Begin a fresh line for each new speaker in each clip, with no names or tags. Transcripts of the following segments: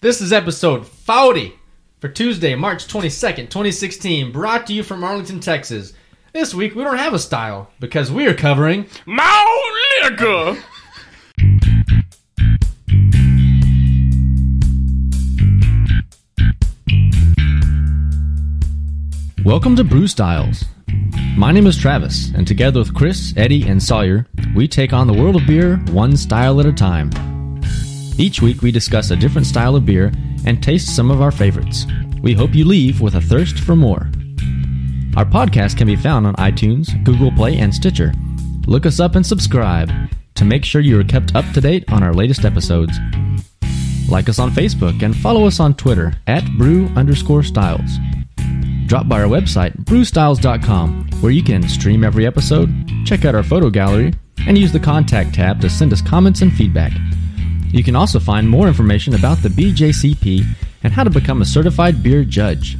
This is episode 40 for Tuesday, March 22nd, 2016, brought to you from Arlington, Texas. This week we don't have a style because we are covering
My liquor.
Welcome to Brew Styles. My name is Travis, and together with Chris, Eddie, and Sawyer, we take on the world of beer one style at a time. Each week, we discuss a different style of beer and taste some of our favorites. We hope you leave with a thirst for more. Our podcast can be found on iTunes, Google Play, and Stitcher. Look us up and subscribe to make sure you are kept up to date on our latest episodes. Like us on Facebook and follow us on Twitter at brew underscore styles drop by our website, brewstyles.com, where you can stream every episode, check out our photo gallery, and use the contact tab to send us comments and feedback. You can also find more information about the BJCP and how to become a certified beer judge.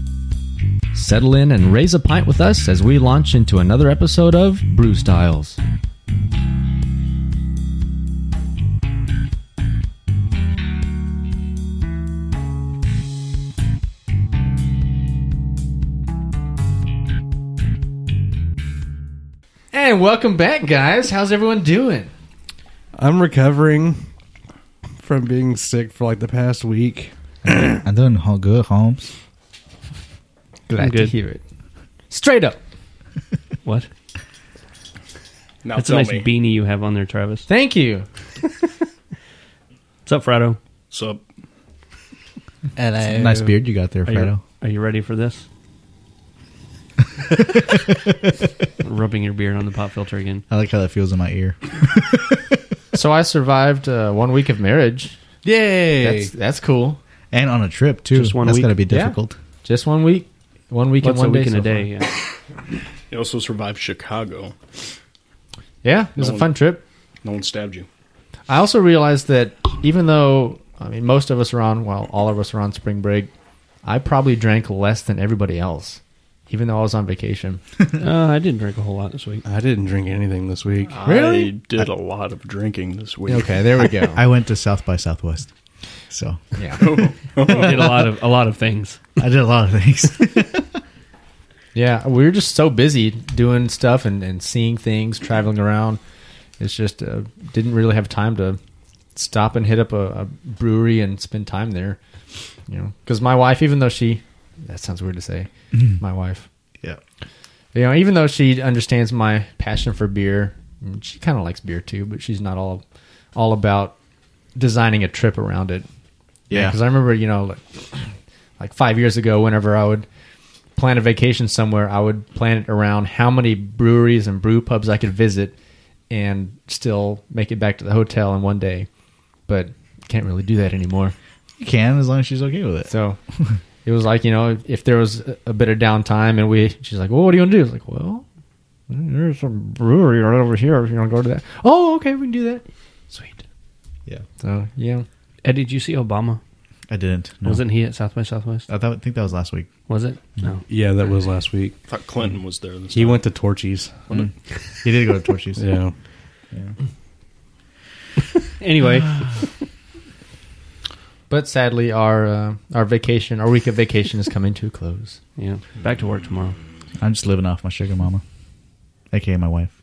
Settle in and raise a pint with us as we launch into another episode of Brew Styles. And welcome back, guys. How's everyone doing?
I'm recovering from being sick for like the past week.
I'm doing all good, Holmes.
Glad
good.
hear it. Straight up.
What?
Now
That's a
tell
nice
me.
beanie you have on there, Travis.
Thank you.
What's up, Fredo?
Sup?
Hello. Nice beard you got there,
Are you,
Fredo.
are you ready for this? Rubbing your beard on the pop filter again.
I like how that feels in my ear.
So I survived uh, one week of marriage.
Yay!
That's, that's cool.
and on a trip too.
Just one
That's
week.
gotta be
Yeah.
difficult.
Just one week. One week
What's
and
a
one
week
day.
and
so
a
far.
day? Yeah.
You also survived Chicago.
Yeah, it was
No
a
one-
fun trip.
No one stabbed you.
I also realized that even though I mean most of us are on, well, all of us are on spring break, I probably drank less than everybody else, even though I was on vacation.
Uh, I didn't drink a whole lot this week.
I didn't drink anything this week.
Really?
I did a lot of drinking this week.
Okay, there we go.
I went to South by Southwest. So
yeah,
I did a lot of a lot of things.
I did a lot of things.
yeah, we were just so busy doing stuff and and seeing things, traveling around. It's just uh, didn't really have time to stop and hit up a, a brewery and spend time there. You know, because my wife, even though she, that sounds weird to say, my wife.
yeah.
you know, even though she understands my passion for beer, and she kind of likes beer too, but she's not all all about designing a trip around it.
Yeah.
because I remember, you know, like, like five years ago, whenever I would plan a vacation somewhere, I would plan it around how many breweries and brew pubs I could visit and still make it back to the hotel in one day. But can't really do that anymore.
You can as long as she's okay with it.
So it was like, you know, if there was a- a bit of downtime and we, she's like, well, what do you want to do? I was like, well, there's a brewery right over here. If you want to go to that. Oh, okay. We can do that. Sweet.
Yeah.
So, yeah.
Ed, did you see Obama?
I didn't. No. Uh,
Wasn't he at South by Southwest?
I thought, think that was last week.
Was it? No.
Yeah, that was last week.
I thought Clinton was there this
He
time.
went to Torchies.
He did go to Torchy's.
Yeah.
Anyway,
But sadly, our uh, our vacation, our week of vacation is coming to a close.
yeah. Back to work tomorrow.
I'm just living off my sugar mama. AKA my wife.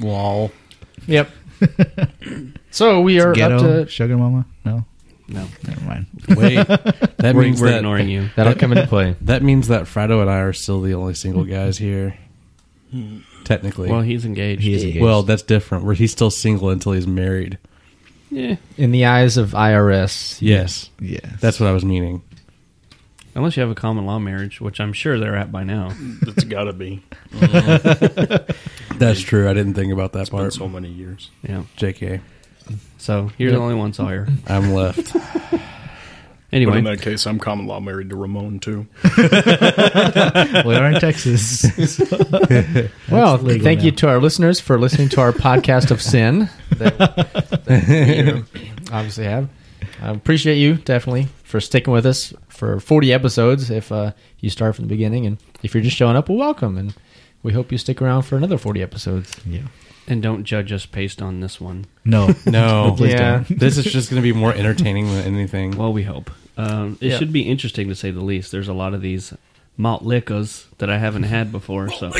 Lol.
Yep. so we are up
Ghetto
to.
sugar mama? No?
No,
Never mind.
Wait. That
we're,
means
we're
that,
ignoring you.
That'll come into play.
That means that Fredo and I are still the only single guys here. Technically.
Well,
Well,
he's engaged.
He is engaged.
that's different. Where he's still single until he's married.
Yeah.
In the eyes of IRS,
Yes.
yeah.
That's what I was meaning.
Unless you have a common law marriage, which I'm sure they're at by now.
That's got to be.
That's true. I didn't think about that
Been
part.
so many years.
Yeah.
JK.
So you're
Yep.
the only one, Sawyer.
I'm left.
But in
Anyway,
that case, I'm common law married to Ramon, too.
we are in Texas.
Well,
That's legal
thank you
now.
to our listeners for listening to our podcast of sin that, that we obviously have. I appreciate you definitely for sticking with us for 40 episodes. If uh, you start from the beginning, and if you're just showing up, well, welcome, and we hope you stick around for another 40 episodes.
yeah.
And don't judge us based on this one.
No.
No,
Please
yeah, this is just going to be more entertaining than anything.
Well, we hope. Um, it
Yeah.
should be interesting to say the least. There's a lot of these malt liquors that I haven't had before. So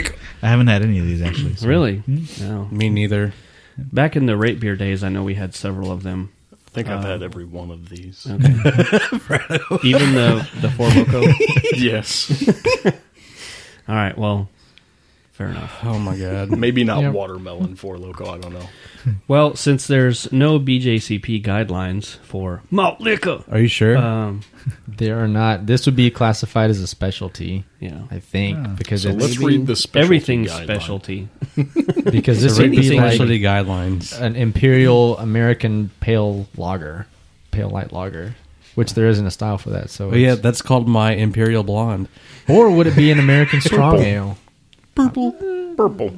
I haven't had any of these actually. so-
really, no.
Me neither.
Back in the rate beer days, I know we had several of them.
I think I've had every one of these.
Okay. Even the the four loco.
yes.
All right. Well, fair enough.
Oh my god.
Maybe not
Yeah.
watermelon for loco. I don't know.
Well, since there's no BJCP guidelines for malt liquor,
Are you sure?
um,
They are not. This would be classified as a specialty,
yeah,
I think, because
So
it's,
let's read the specialty
everything's
guideline.
specialty.
because this
So
would
read the
be like
specialty guidelines.
Uh,
an imperial American pale lager, pale light lager, which there isn't a style for that. So
But Oh, yeah,
it's-
that's called my imperial blonde.
or would it be an American strong ale?
Purple.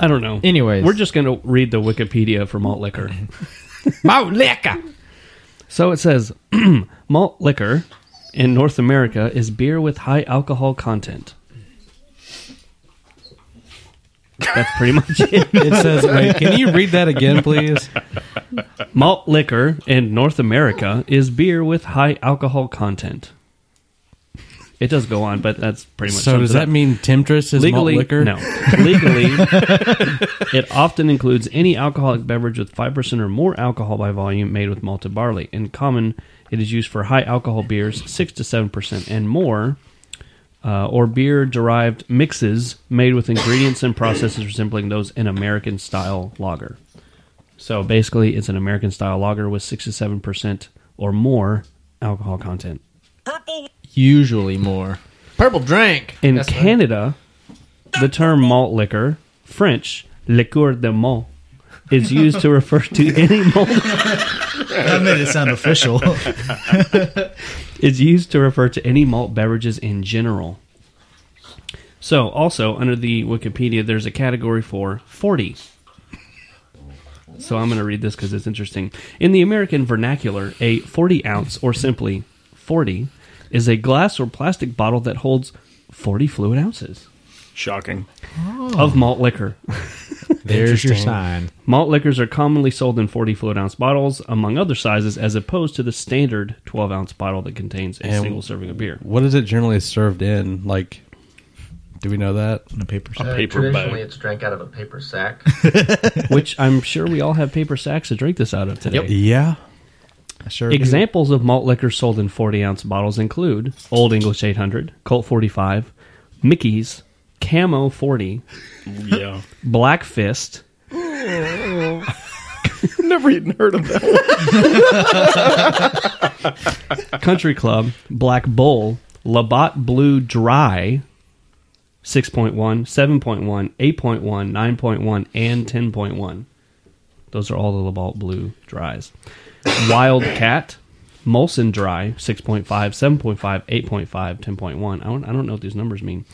I don't know.
Anyways.
we're just gonna read the Wikipedia for malt liquor.
Malt liquor.
So it says malt liquor in North America is beer with high alcohol content. That's pretty much it.
It says, wait, can you read that again, please?
Malt liquor in North America is beer with high alcohol content. It does go on, but that's pretty much
So
sums
does
it
that
up.
mean Temptress is
legally
malt liquor?
No, legally, it often includes any alcoholic beverage with five percent or more alcohol by volume made with malted barley. In common, it is used for high alcohol beers, six to seven percent and more, uh, or beer derived mixes made with ingredients and processes resembling those in American style lager. So basically, it's an American style lager with six to seven percent or more alcohol content.
Usually more purple drink
In
That's right.
Canada, the term malt liquor, French liqueur de malt, is used to refer to any malt.
That made it sound official.
Is used to refer to any malt beverages in general. So, also under the Wikipedia, there's a category for forty. So I'm going to read this because it's interesting. In the American vernacular, a 40 ounce, or simply 40, is a glass or plastic bottle that holds 40 fluid ounces
Shocking.
of malt liquor.
There's your
Interesting.
sign.
Malt liquors are commonly sold in 40 fluid ounce bottles, among other sizes, as opposed to the standard 12 ounce bottle that contains a
And-
single serving of beer.
What is it generally served in? Like, do we know that?
In a paper
A
sack.
paper
Uh, Traditionally,
bag.
it's drank out of a paper sack.
Which I'm sure we all have paper sacks to drink this out of today.
Yeah.
I Sure. do.
Examples of malt liquors sold in 40 ounce bottles include Old English 800, Colt 45, Mickey's, Camo 40,
Yeah.
Black Fist,
Never even heard of that.
Country Club, Black Bull, Labatt Blue Dry, 6.1, 7.1, 8.1, 9.1, and 10.1. Those are all the Labatt Blue Dries. Wildcat, Molson Dry, 6.5, 7.5, 8.5, 10.1. I don't, I don't know what these numbers mean.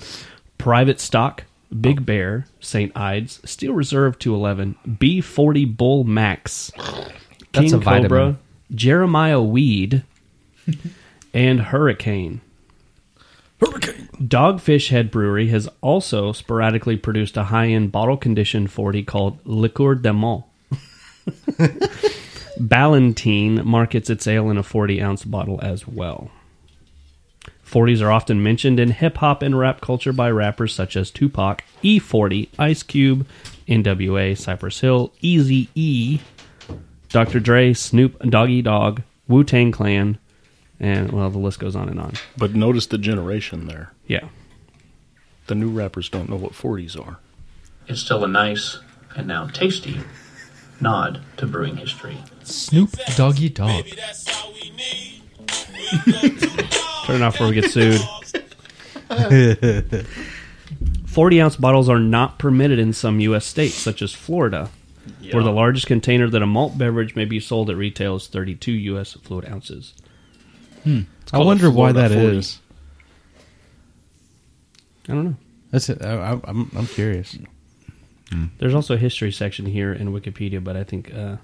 Private Stock, Big Bear, St. Ides, Steel Reserve 211, B40 Bull Max, King
That's a vitamin.
Cobra, Jeremiah Weed, and Hurricane. Hurricane. Dogfish Head Brewery has also sporadically produced a high-end bottle conditioned 40 called Liqueur de Mont. Ballantine markets its ale in a 40-ounce bottle as well. 40s are often mentioned in hip hop and rap culture by rappers such as Tupac, E40, Ice Cube, NWA, Cypress Hill, Easy E, Dr. Dre, Snoop Doggy Dog, Wu Tang Clan, and well, the list goes on and on.
But notice the generation there.
Yeah.
The new rappers don't know what 40s are.
It's still a nice and now tasty nod to brewing history.
Snoop Doggy Dog.
Turn it off before we get sued. 40 ounce bottles are not permitted in some U.S. states, such as Florida, where the largest container that a malt beverage may be sold at retail is 32 U.S. fluid ounces.
I wonder why that
Florida
is.
40.
I don't know.
That's it. I, I, I'm, I'm curious.
There's also a history section here in Wikipedia, but I think uh,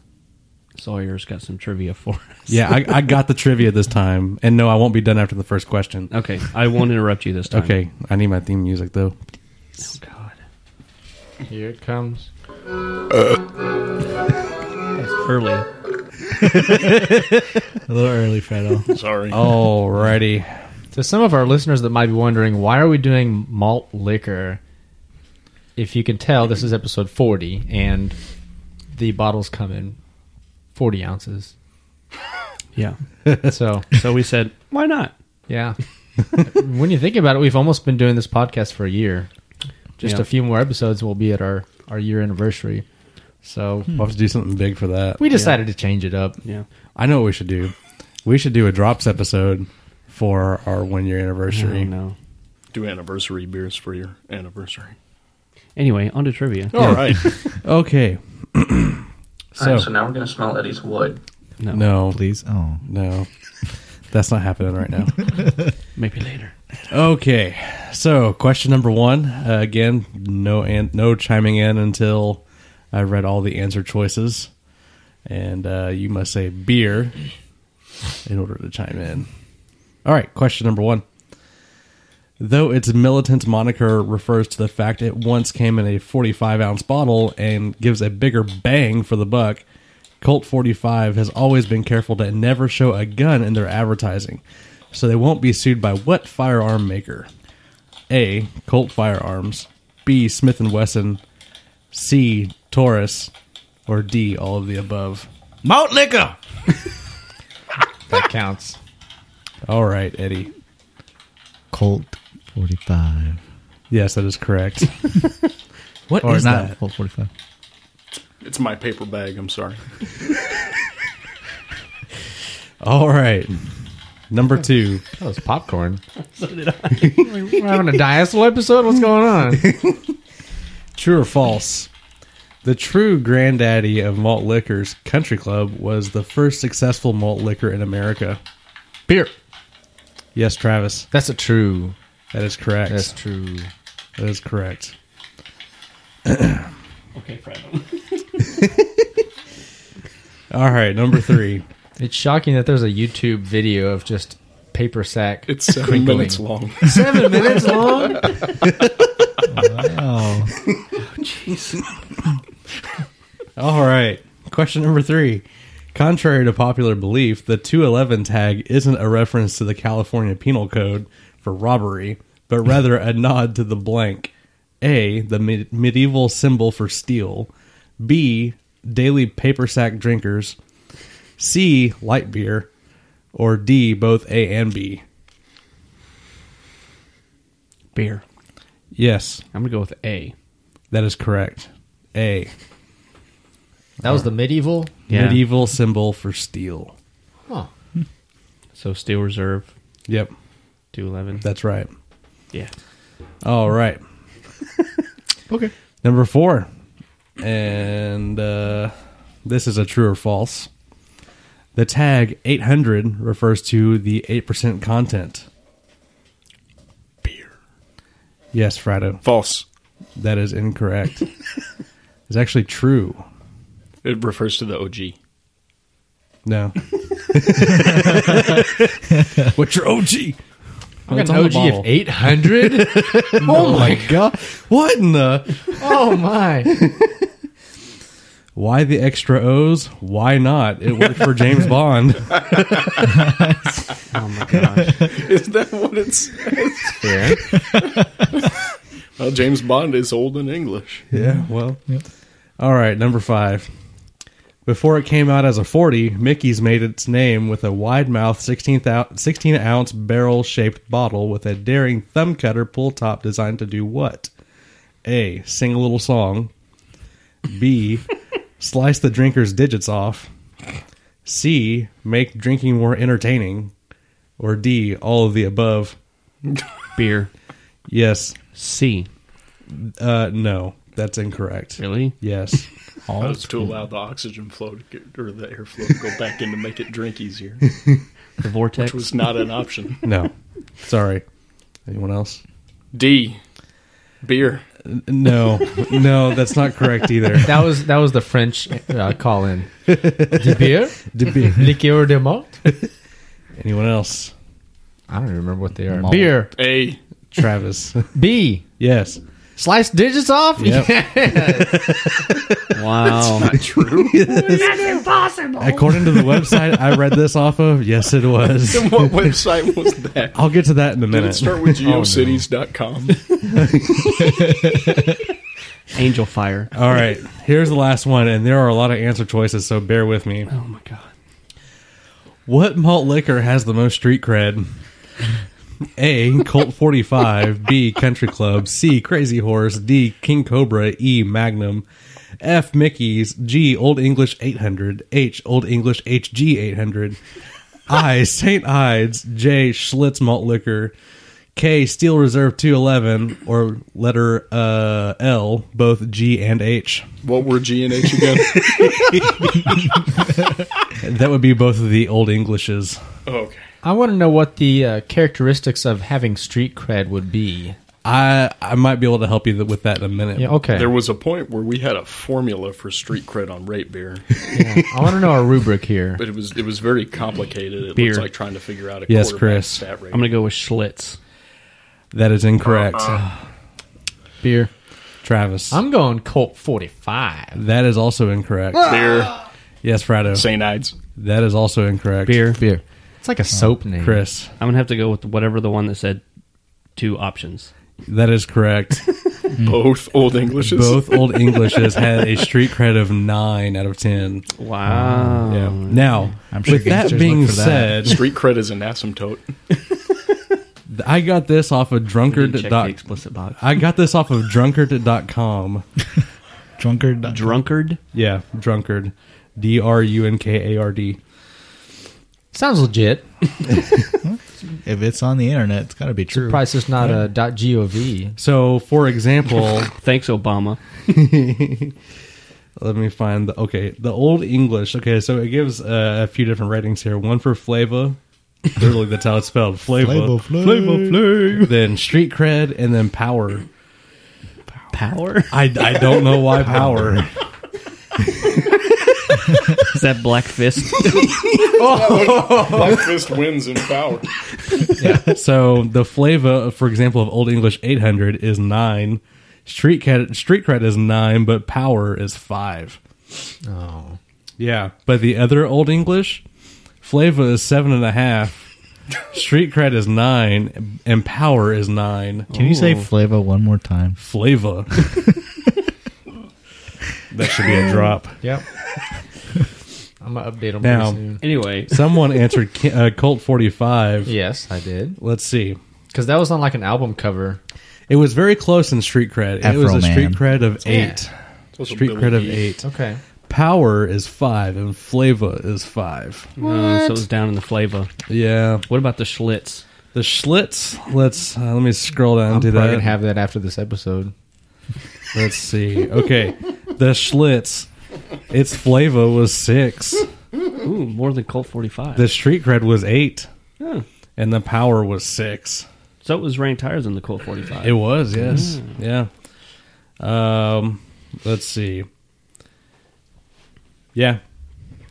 Sawyer's got some trivia for us.
Yeah, I, I got the trivia this time. And no, I won't be done after the first question.
Okay, I won't interrupt you this time.
Okay, I need my theme music, though.
Oh, God.
Here it comes.
That's early.
A little early, Fredo.
Sorry.
Oh. Alrighty.
To some of our listeners that might be wondering, why are we doing malt liquor? If you can tell, this is episode 40, and the bottles come in 40 ounces.
Yeah.
So,
So we said, why not?
yeah. when you think about it, we've almost been doing this podcast for a year. Just
Yeah.
a few more episodes, we'll be at our, our year anniversary. So,
We'll have to do something big for that.
we decided to change it up.
Yeah.
I know what we should do. We should do a drops episode for our one year
I
Oh,
anniversary.
don't know.
Do anniversary beers for your anniversary.
Anyway, on to trivia.
All right.
Okay.
All
so,
right, so now we're going to smell Eddie's wood.
No.
no,
Please. Oh.
no. That's not happening right now.
Maybe later.
Okay, so question number one uh, again, no an- no chiming in until I read all the answer choices, and uh, you must say beer in order to chime in. All right, question number one. Though its militant moniker refers to the fact it once came in a 45 ounce bottle and gives a bigger bang for the buck, Colt 45 has always been careful to never show a gun in their advertising, so they won't be sued by what firearm maker? A. Colt Firearms, B. Smith and Wesson, C. Taurus, or D. All of the above.
Malt liquor!
That counts.
All right, Eddie.
Colt 45.
Yes, that is correct.
What
Or
is
not
that? Colt 45.
it's my paper bag. I'm sorry.
all right. Number two.
That was popcorn. We're having a diastole episode? What's going on?
True or false? The true granddaddy of malt liquors, Country Club, was the first successful malt liquor in America.
Beer.
Yes, Travis,
That's a true.
that is correct.
That's true.
That is correct.
Okay, Fredo.
All right, number three.
It's shocking that there's a YouTube video of just paper sack.
It's seven
crinkling.
minutes long.
Seven minutes long.
Oh.
All right, question number three. Contrary to popular belief, the 211 tag isn't a reference to the California Penal Code for robbery, but rather a nod to the blank. A, the me- medieval symbol for steel. B, daily paper sack drinkers. C, light beer. Or D, both A and B.
Beer.
Yes,
I'm going to go with A.
that is correct. A,
That was the medieval.
Yeah.
medieval symbol for steel.
Huh.
So Steel Reserve,
Yep,
211.
that's right.
Yeah.
All right.
Okay.
Number four. And uh, this is a true or false. The tag 800 refers to the 8% content.
Beer.
Yes, Frado.
False.
That is incorrect. it's actually true.
It refers to the OG.
No. What's your OG?
I got
It's
an
on the
OG
bottle.
of eight hundred.
Oh my god. What in the
Oh my!
Why the extra O's? Why not? It worked for James Bond.
Oh my gosh.
Is that what it says?
Yeah.
Well, James Bond is old in English.
Yeah, well. All right, number five. Before it came out as a 40, Mickey's made its name with a wide mouth 16 thou- 16 ounce barrel shaped bottle with a daring thumb cutter pull top designed to do what? A. Sing a little song. B. slice the drinker's digits off. C. Make drinking more entertaining. Or D. All of the above.
Beer.
Yes.
C.
Uh, no. That's incorrect.
Really?
Yes.
That was to allow the oxygen flow to get, or the airflow to go back in to make it drink easier,
The Vortex.
which was not an option.
No. Sorry. Anyone else?
D. Beer.
No. No, that's not correct either.
That was that was the French uh, call in. De beer, liqueur de malt.
Anyone else?
I don't even remember what they are.
Malt.
Beer.
A.
Travis.
B.
Yes.
Slice digits off? wow.
Not true.
According to the website I read this off of, yes, it was.
what website was that?
I'll get to that in a
Did it
minute.
start with geocities.com?
Angel fire.
All right, here's the last one, and there are a lot of answer choices, so bear with me.
Oh my god.
What malt liquor has the most street cred? A. Colt 45. B. Country Club. C. Crazy Horse. D. King Cobra. E. Magnum. F. Mickey's. G. Old English 800. H. Old English HG 800. I. St. Ides. J. Schlitz Malt Liquor. K. Steel Reserve 211. Or letter uh, L. Both G and H.
what were G and H again?
That would be both of the Old Englishes.
Oh, okay.
I want to know what the uh, characteristics of having street cred would be.
I I might be able to help you th- with that in a minute.
Yeah, okay.
There was a point where we had a formula for street cred on rate beer,
Yeah. I want to know a rubric here.
but it was it was very complicated. It
Beer.
looks like trying to figure out a
Yes,
quarterback
Chris.
stat rate.
I'm gonna go with Schlitz.
That is incorrect.
Beer.
Travis.
I'm going Colt 45.
That is also incorrect.
beer
yes, Frado.
St. Ides.
That is also incorrect.
Beer.
Beer. It's like a soap name.
Chris.
I'm gonna have to go with whatever the one that said two options.
That is correct.
Both old Englishes.
Both Old Englishes had a street cred of nine out of ten.
Wow.
Yeah. Now,
I'm sure
with that
gangsters
being
look for that.
said,
Street cred is an asymptote.
th- I got this off of drunkard.
Check the
Dot,
explicit box.
I got this off of drunkard.com.
Drunkard.
Drunkard.
Yeah, drunkard. D R U N K A R D.
Sounds legit.
If it's on the internet, it's got to be true.
Price is not a .gov.
So, for example,
Thanks, Obama.
Let me find the okay. The old English. Okay, so it gives uh, a few different ratings here. One for flavor. Literally, that's how it's spelled. Flavor,
Flavor, flav.
flavor. Then street cred, and then power.
Power.
I, I don't know why power.
Is that Black Fist?
Black Fist wins in power.
so the flavor, for example, of old English eight hundred is nine. Street cred, street cred is nine, but power is five.
Oh.
Yeah, but the other Old English flavor is seven and a half. Street cred is nine, and power is nine.
Can you say flavor one more time?
Flavor. that should be a drop.
Yep. I'm going to update them
Now-
pretty soon.
anyway, uh,
Someone answered Ki- uh, Colt forty five.
Yes, I did.
Let's see.
Because that was on like an album cover.
It was very close in street cred. it was a
Afro
street
Man.
cred of eight.
Also
Street
Billy
cred of
E.
eight.
Okay.
Power is five, and flavor is five.
uh, so it's down in the flavor.
Yeah,
What about the Schlitz?
the Schlitz. Let's uh, let me scroll down
I'm
to
probably
that.
going to have that after this episode.
Let's see. Okay. The Schlitz. Its flavor was six.
Ooh, more than Colt 45.
The street cred was eight.
Huh.
And the power was six.
so it was ranked higher than the Colt 45.
It was, yes.
Mm.
Yeah. Um let's see. Yeah.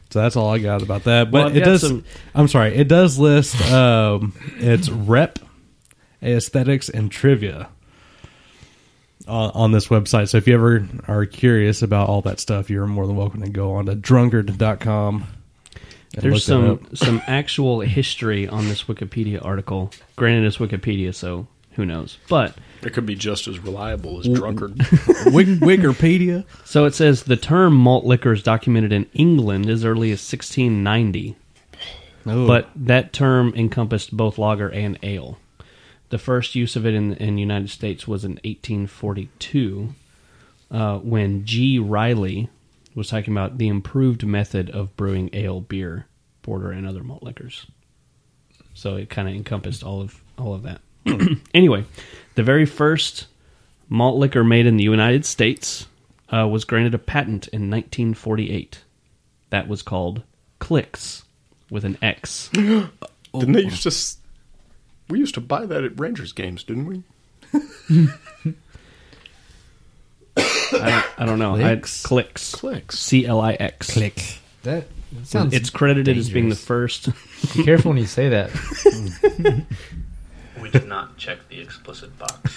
So that's all I got about that.
Well,
But
I've
it
got
does
some-
I'm sorry, it does list um its rep, aesthetics, and trivia. on on this website. So if you ever are curious about all that stuff, you're more than welcome to go on to drunkard.com. and
There's
look
some some actual history on this Wikipedia article. Granted, it's Wikipedia, so who knows? But
It could be just as reliable as drunkard.
that up. Wik- Wikipedia.
so it says the term malt liquor is documented in England as early as 1690, but that term encompassed both lager and ale. The first use of it in in the United States was in 1842, uh, when G. Riley was talking about the improved method of brewing ale, beer, porter, and other malt liquors. So it kind of encompassed all of all of that. anyway, the very first malt liquor made in the United States uh, was granted a patent in 1948. That was called Clicks with an X.
Didn't they used to? s- We used to buy that at Rangers games, didn't we?
I, I don't know. I,
Clicks?
clicks.
Clicks.
C L I X.
Click.
That, that sounds.
It's credited as being the
dangerous.
first.
Be careful when you say that.
We did not check the explicit box.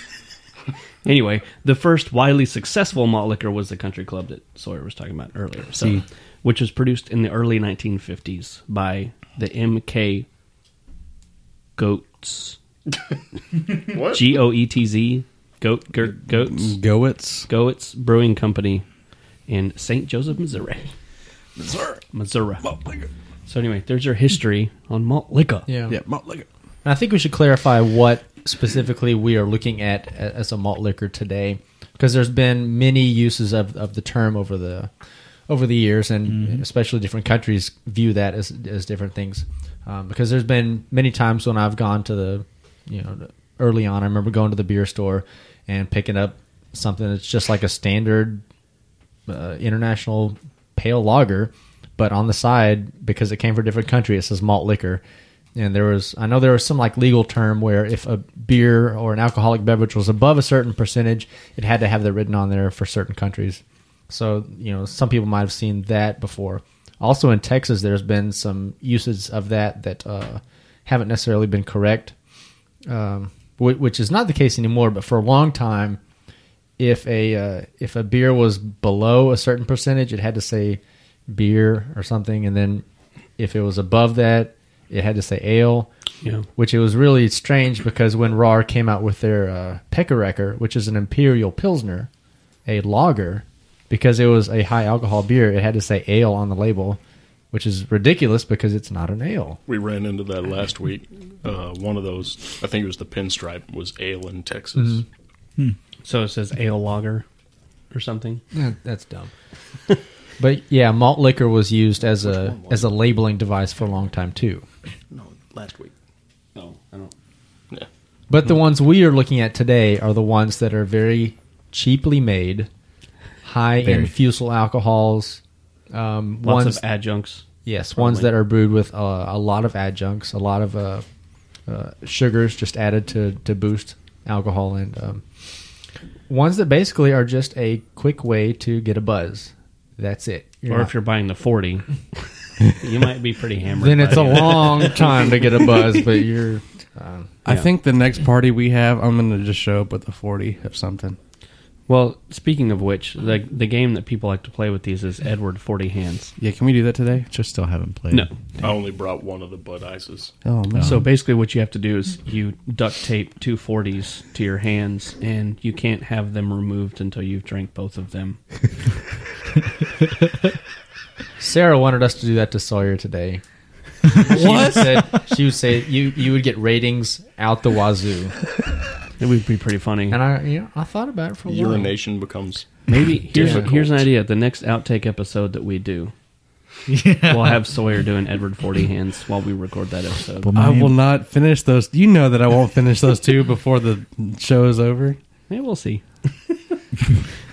Anyway, the first widely successful malt liquor was the country club that Sawyer was talking about earlier. So, which was produced in the early 1950s by the MK Goats.
What?
G O E T Z Goat Goat Goats
Mm-hmm. Goetz.
Goats Brewing Company in St. Joseph, Missouri. Missouri. Missouri. So anyway, there's your history on malt liquor.
Yeah.
Yeah, malt liquor.
And I think we should clarify what specifically we are looking at a- as a malt liquor today, because there's been many uses of, of the term over the over the years, and especially different countries view that as as different things. Um, because there's been many times when I've gone to the, you know, the- early on, I remember going to the beer store and picking up something that's just like a standard uh, international pale lager, but on the side because it came from a different country, it says malt liquor. And there was, I know there was some like legal term where if a beer or an alcoholic beverage was above a certain percentage, it had to have that written on there for certain countries. So you know, some people might have seen that before. Also in Texas, there's been some uses of that that uh, haven't necessarily been correct, um, whi- which is not the case anymore. But for a long time, if a uh, if a beer was below a certain percentage, it had to say beer or something, and then if it was above that, it had to say ale.
Yeah.
Which it was really strange because when RAR came out with their uh, Peckericker, which is an imperial pilsner, a lager, because it was a high alcohol beer, it had to say ale on the label, which is ridiculous because it's not an ale.
We ran into that last week. Uh, one of those, I think it was the pinstripe, was ale in Texas.
Mm-hmm.
So it says ale lager or something.
That's dumb. but yeah, malt liquor was used as a as a labeling device for a long time too.
No, last week.
No, I don't.
Yeah.
But
Hmm.
the ones we are looking at today are the ones that are very cheaply made, high in fusel alcohols. Um,
Lots
ones,
of adjuncts.
yes, ones that are brewed with uh, a lot of adjuncts, a lot of uh, uh, sugars just added to to boost alcohol, and um, ones that basically are just a quick way to get a buzz. That's it. You're
or
not-
if you're buying the 40, you might be pretty hammered.
then it's
by
a
then.
long time to get a buzz, but you're
I think the next party we have, I'm going to just show up with a 40 of something.
Well, speaking of which, the the game that people like to play with these is Edward 40 Hands.
Yeah, can we do that today?
Just still haven't played.
No.
I only brought one of the Bud Ices.
Oh, man.
Um,
Um,
So basically, what you have to do is you duct tape two 40s to your hands, and you can't have them removed until you've drank both of them.
Sarah wanted us to do that to Sawyer today. What? She said she would say you you would get ratings out the wazoo,
It would be pretty funny.
and I you know, I thought about it
Oh,
for a while.
Urination becomes.
Maybe here's
Difficult.
here's an idea. The next outtake episode that we do, we'll have Sawyer doing Edward Forty Hands while we record that episode.
But
I
man,
will not finish those. You know that I won't finish those two before the show is over.
Yeah, we'll see.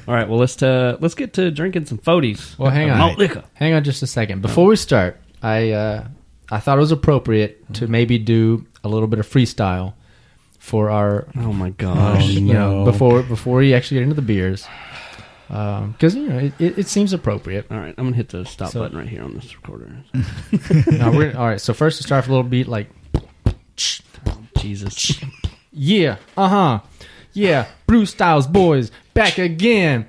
All right, well let's uh, let's get to drinking some foties.
Well, hang
Uh,
on.
malt liquor.
Hang on just a second before we start. I uh, I thought it was appropriate to maybe do a little bit of freestyle for our um,
Oh my gosh!
you know
no.
before before we actually get into the beers because you know it, it, it seems appropriate.
All right, I'm gonna hit the stop
So-
button right here on this recorder.
Now, we're, all right, so first to start off a little beat like
Jesus,
Yeah, uh huh. Yeah, Blue Styles Boys back again.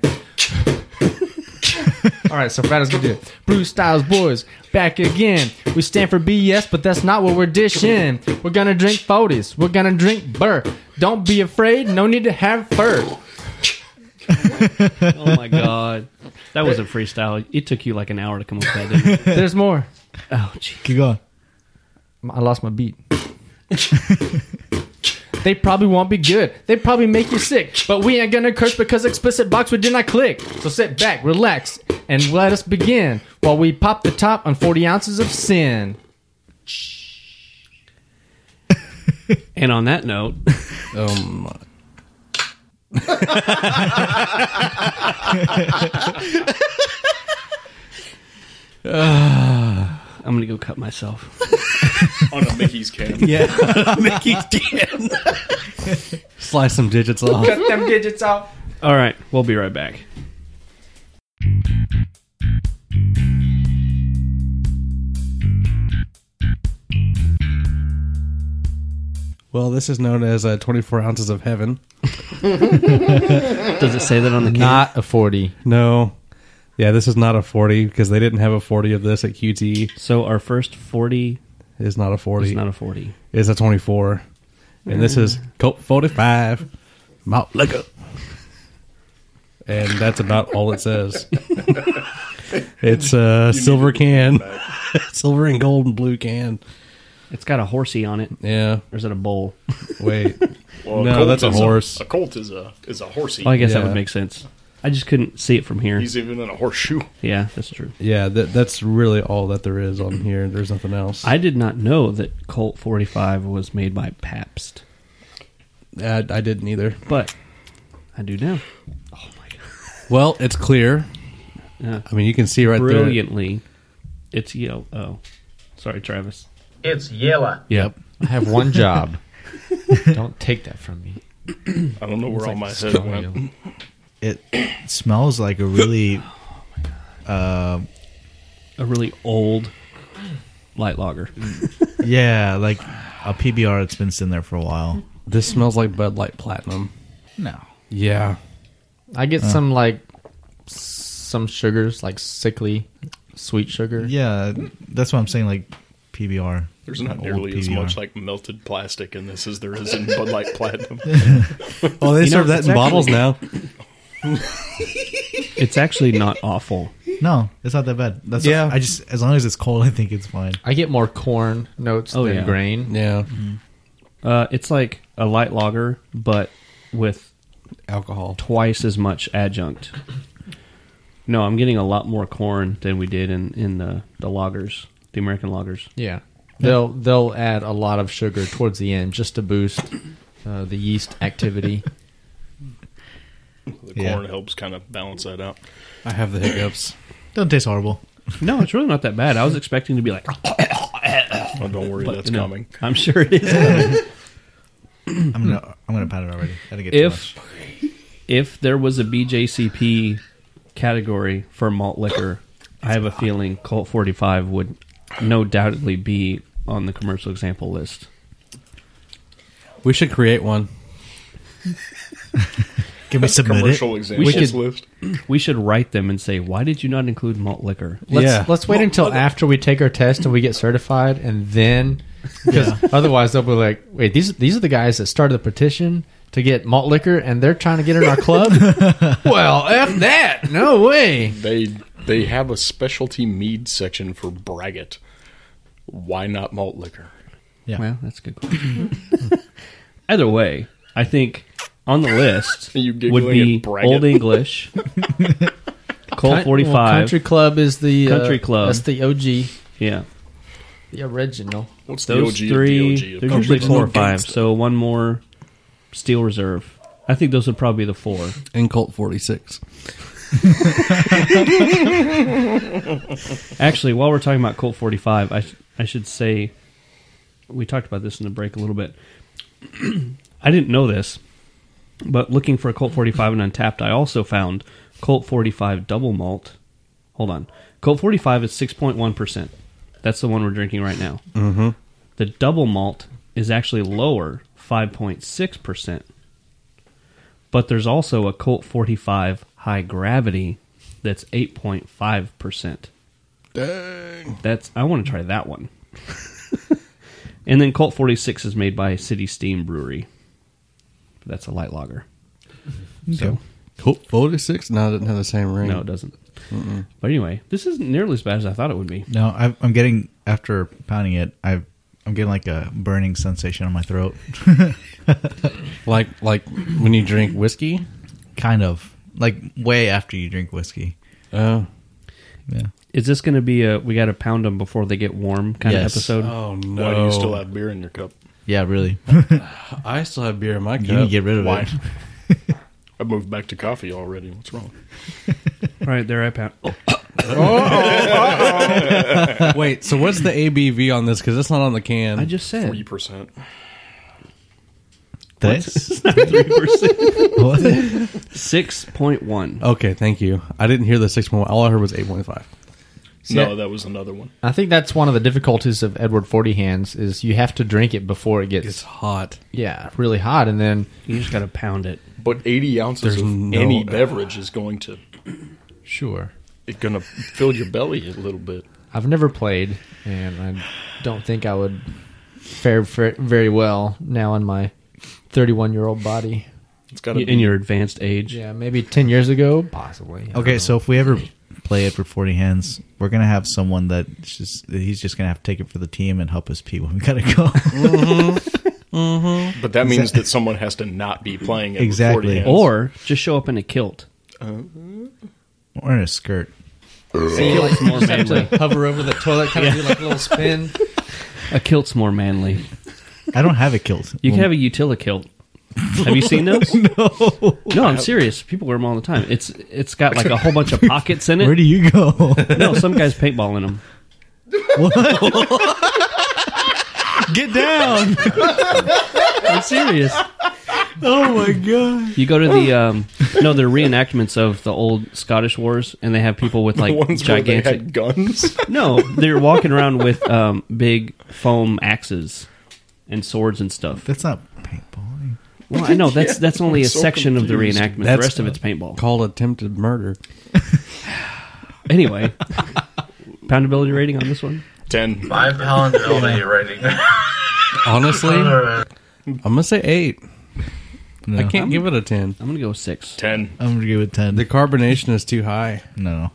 All right, so Friday's gonna do it. Blue Styles Boys back again. We stand for BS, but that's not what we're dishing. We're gonna drink 40s. We're gonna drink burr. Don't be afraid. No need to have fur.
oh my god, that was a freestyle. It took you like an hour to come up with that. Didn't it?
There's more.
Oh gee.
keep going.
I lost my beat. they probably won't be good. They probably make you sick. But we ain't gonna curse because explicit box we did not click. So sit back, relax, and let us begin while we pop the top on 40 ounces of sin.
And on that note,
Um,
I'm gonna go cut myself.
On a Mickey's can.
slice some digits off.
Cut them digits out.
All right, we'll be right back.
Well, this is known as uh, 24 ounces of heaven.
Does it say that on the can?
Not a 40.
No. Yeah, this is not a 40 because they didn't have a 40 of this at QT.
So our first forty
It's not a 40.
is not a forty.
It's a 24. And this is Colt 45 Malt Liquor. And that's about all it says. it's a silver can, silver and gold and blue can.
It's got a horsey on it.
Yeah.
Or is it a bowl?
Wait.
Well,
No,
colt
that's a
is
horse.
A, colt is a is a horsey.
Oh, I guess that
Yeah.
would make sense. I just couldn't see it from here.
He's even in a horseshoe.
yeah, that's true.
Yeah, that, that's really all that there is on here. There's nothing else.
I did not know that Colt 45 was made by Pabst,
I, I didn't either.
but I do now.
Well, it's clear.
Yeah.
I mean, you can see right there.
Brilliantly, it's yellow. Oh, sorry, Travis.
It's yellow.
Yep.
I have one job. Don't take that from me.
I don't know where all my head
Destroy
went.
you.
It smells like a really
A really old light lager.
yeah, like a PBR that's been sitting there for a while.
This smells like Bud Light Platinum.
No.
Yeah.
I
Uh.
get some like some sugars, like sickly sweet sugar.
Yeah, that's what I'm saying. Like PBR.
There's not
Old
nearly as
PBR.
much like melted plastic in this as there is in Bud Light Platinum.
Oh, they serve
know,
that
it's
in bottles
actually-
now.
It's actually not awful.
No, it's not that bad. That's
Yeah.
I just as long as it's cold, I think it's fine.
I get more corn notes
Oh,
than
yeah.
grain.
Yeah.
Uh, it's like a light lager, but with
Alcohol.
twice as much adjunct. No, I'm getting a lot more corn than we did in, in the, the lagers, the American lagers.
Yeah. They'll they'll add a lot of sugar towards the end just to boost uh, the yeast activity.
The
Yeah.
corn helps kind of balance that out.
I have the hiccups.
Doesn't taste horrible.
No, it's really not that bad. I was expecting to be like,
Oh, don't worry,
But,
that's
you know,
coming.
I'm sure it is.
I'm gonna I'm gonna pat it already. I didn't get too much.
if if there was a BJCP category for malt liquor, I have a feeling Colt 45 would no doubtedly be on the commercial example list.
We should create one.
can we submit it?
Commercial examples
should-
list.
We should write them and say, why did you not include malt liquor?
Let's
Yeah.
let's wait until after we take our test and we get certified, and then because otherwise they'll be like, wait these these are the guys that started the petition to get malt liquor, and they're trying to get in our club. well, f that, no way.
They they have a specialty mead section for braggot. Why not malt liquor?
Well, that's a good question. Either way, I think on the list
You giggling
would be
at braggot.
Old English, Colt
Coun- well,
45.
country club is the uh,
Country Club.
That's the OG,
yeah.
the original.
What's
Those
the OG
three,
of the OG?
there's
of
usually
Coors?
four or five. So one more steel reserve. I think those would probably be the four.
In Colt 46.
Actually, while we're talking about Colt 45, I sh- I should say we talked about this in the break a little bit. I didn't know this, but looking for a Colt 45 and Untapped, I also found Colt 45 Double Malt. Hold on, Colt 45 is 6.1 percent. That's the one we're drinking right now. Mm-hmm. The Double Malt is actually lower, 5.6 percent. But there's also a Colt 45 High Gravity that's 8.5 percent. That's I want to try that one. and then Colt 46 is made by City Steam Brewery. That's a light lager. So
Colt 46? No, it didn't have the same ring.
no, it doesn't. But anyway, this isn't nearly as bad as I thought it would be.
No, i I'm getting after pounding it. I I'm getting like a burning sensation on my throat.
Like, like when you drink whiskey?
kind of like way after you drink whiskey.
Oh.
Yeah.
Is this going to be a we got to pound them before they get warm kind
Yes.
of episode?
Oh, no.
Why do you still have beer in your cup?
Yeah, really.
I still have beer in my cup.
You need to get rid of
Why?
it.
I moved back to coffee already. What's wrong?
All right, there I pound. Oh,
Wait, so what's the ABV on this? Because it's not on the can.
I just
Three
said.
percent.
This?
3%.
What?
6.1.
okay, thank you. I didn't hear the 6.1. All I heard was 8.5.
No, that was another one.
I think that's one of the difficulties of Edward Forty Hands is you have to drink it before it gets
It's hot.
yeah really hot, and then
You just got to pound it.
But 80 ounces
There's
of
no-
any beverage is going to
Sure.
it's going to fill your belly a little bit.
I've never played, and I don't think I would fare fer- very well now in my 31 year old body.
It's got to be
in your advanced age.
Yeah, maybe 10 years ago, possibly. I
Okay,
don't
so if we ever play it for forty hands, we're gonna have someone that just he's just gonna have to take it for the team and help us pee when we gotta go.
But that means that someone has to not be playing it
Exactly.
With 40 hands.
Or just show up in a kilt.
or in a skirt.
Kilt's more manly.
know. hover over the toilet, kind of do like a little spin.
A kilt's more manly.
I don't have a kilt.
You can have a utila kilt. Have you seen those? no. No, I'm serious. People wear them all the time. It's it's got like a whole bunch of pockets in
Where
it.
do you go?
No, some guys paintball in them.
Get down!
I'm serious.
oh my god!
You go to the um, no, they're reenactments of the old Scottish wars, and they have people with like
the ones where they
gigantic.
had guns.
No, they're walking around with um, big foam axes and swords and stuff.
That's not paintballing.
Well, I know that's that's only a
I'm so
section of the
confused.
reenactment. the
That's-
rest of it's paintball.
Called attempted murder.
Anyway, poundability rating on this one.
10.
Five pound LA rating.
Honestly, I'm gonna say eight.
No,
I can't give it a ten.
I'm gonna go with six.
10.
I'm gonna give it ten.
The carbonation is too high.
no.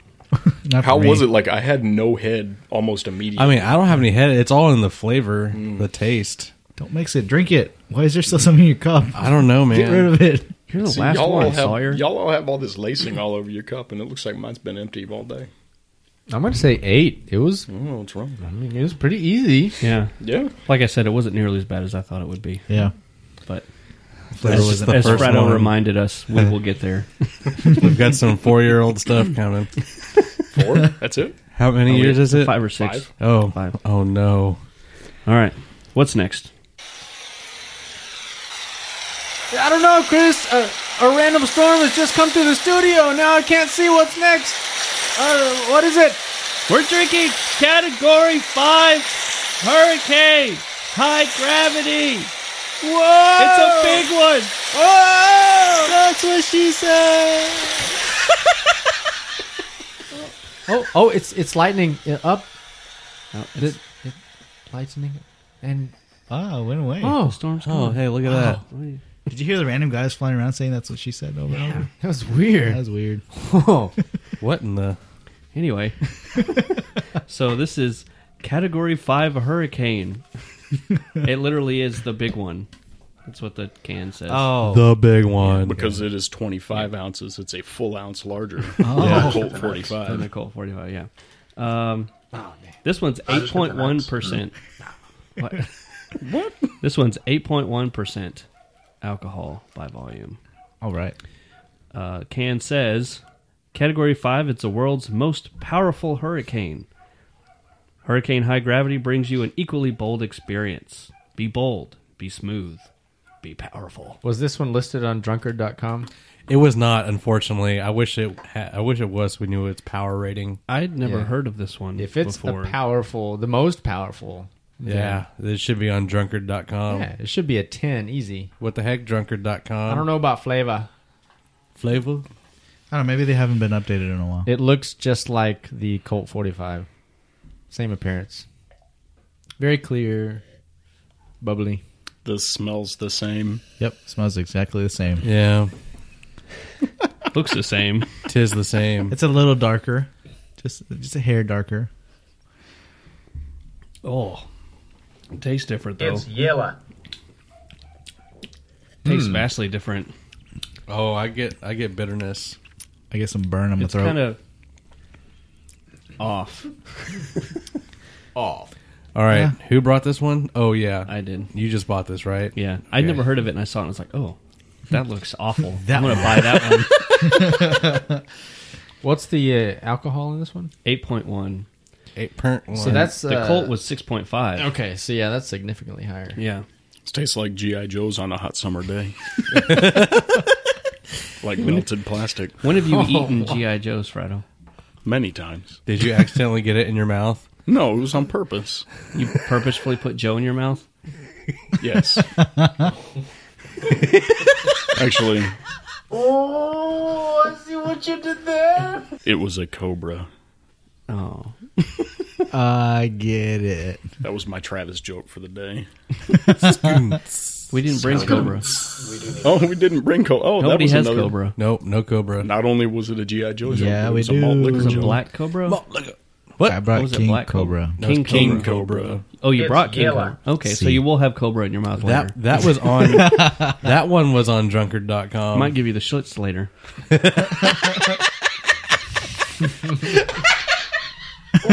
Not
How
for me.
was it? Like, I had no head almost immediately.
I mean, I don't have any head. It's all in the flavor, the taste.
Don't mix it. Drink it. Why is there still some in your cup?
I don't know,
Get rid
Oh, man.
of it.
You're the
See,
last
y'all, all
one, Sawyer.
have, y'all all have all this lacing all over your cup, and it looks like mine's been empty all day.
I'm going to say eight. It was,
I don't know what's wrong.
I mean, it was pretty easy.
Yeah,
Yeah.
like I said, it wasn't nearly as bad as I thought it would be.
Yeah.
But
That
as,
was the
as
first
Fredo
one.
reminded us, we will get there.
We've got some four-year-old stuff coming.
Four. That's it.
How
Oh,
many years is it?
Five or six.
Five?
Oh,
Five.
oh no!
All right. What's next?
I don't know, Chris. A, a random storm has just come through the studio. Now I can't see what's next. Uh, what is it?
We're drinking category five hurricane high gravity.
Whoa!
one.
Whoa! That's what she said. oh, oh, it's it's lightning uh, up. It- it- lightning and
Ah, it went away.
oh,
Storm's
Oh,
coming.
hey, look at that!
Did you hear the random guys flying around saying that's what she said over and over?
that was weird.
That was weird.
Whoa.
What in the?
Anyway, so this is category five hurricane. it literally is the big one. That's what the can says.
Oh, The big one.
Because it is 25 ounces. It's a full ounce larger
Yeah.
than Colt
The
45.
Nicole 45, yeah. Um, this one's 8.1%. what? what? This one's 8.1% alcohol by volume.
All right.
Uh, can says, Category 5, it's the world's most powerful hurricane. Hurricane high gravity brings you an equally bold experience. Be bold, be smooth, be powerful.
Was this one listed on drunkard.com?
It was not, unfortunately. I wish it. Ha- I wish it was. We knew its power rating.
I'd never
Yeah.
heard of this one
If it's
before.
the powerful, the most powerful,
Yeah, it should be on drunkard.com.
yeah, it should be a ten, easy.
What the heck, drunkard.com?
I don't know about flavor.
Flavor.
I don't know. Maybe they haven't been updated in a while.
It looks just like the Colt 45. Same appearance. Very clear, bubbly.
The smells the same.
Yep. Smells exactly the same.
Yeah,
Looks the same.
tis the same.
It's a little darker. Just just a hair darker.
oh. It tastes different, though.
It's yellow.
tastes vastly different.
oh, I get. I get bitterness.
I get some burn on my
It's
throat.
kind of off.
All right, who brought this one? Oh yeah,
I did.
You just bought this, right?
Yeah, I'd
Okay.
never heard of it, and I saw it, and I was like, "Oh, that looks awful. I'm gonna buy that one."
What's the uh, alcohol in this one?
Eight point one.
Eight percent.
So that's uh,
The Colt was six point five.
okay. So yeah, that's significantly higher.
Yeah,
It tastes like G.I. Joe's on a hot summer day. like melted plastic.
when have you eaten GI Joes, Fredo?
Many times.
Did you accidentally get it in your mouth?
No, it was on purpose.
You purposefully put Joe in your mouth.
Yes. Actually,
Oh, I see what you did there.
It was a cobra.
Oh.
I get it.
That was my Travis joke for the day.
We didn't bring Cobra.
Oh, we didn't bring Cobra. Oh, that
Nobody
was
has
another.
Cobra.
Nope, no Cobra.
Not only was it a GI Joe joke,
Yeah,
but it
we
was a malt
do.
liquor
It was
joke.
Black Cobra?
What? I brought
was it,
King
Black
Cobra.
King,
King
Cobra.
Cobra.
Oh, you
It's
brought King
yellow.
Cobra. Okay, so
See.
you will have Cobra in your mouth later.
That that was on that one was on drunkard.com.
Might give you the schlitz later.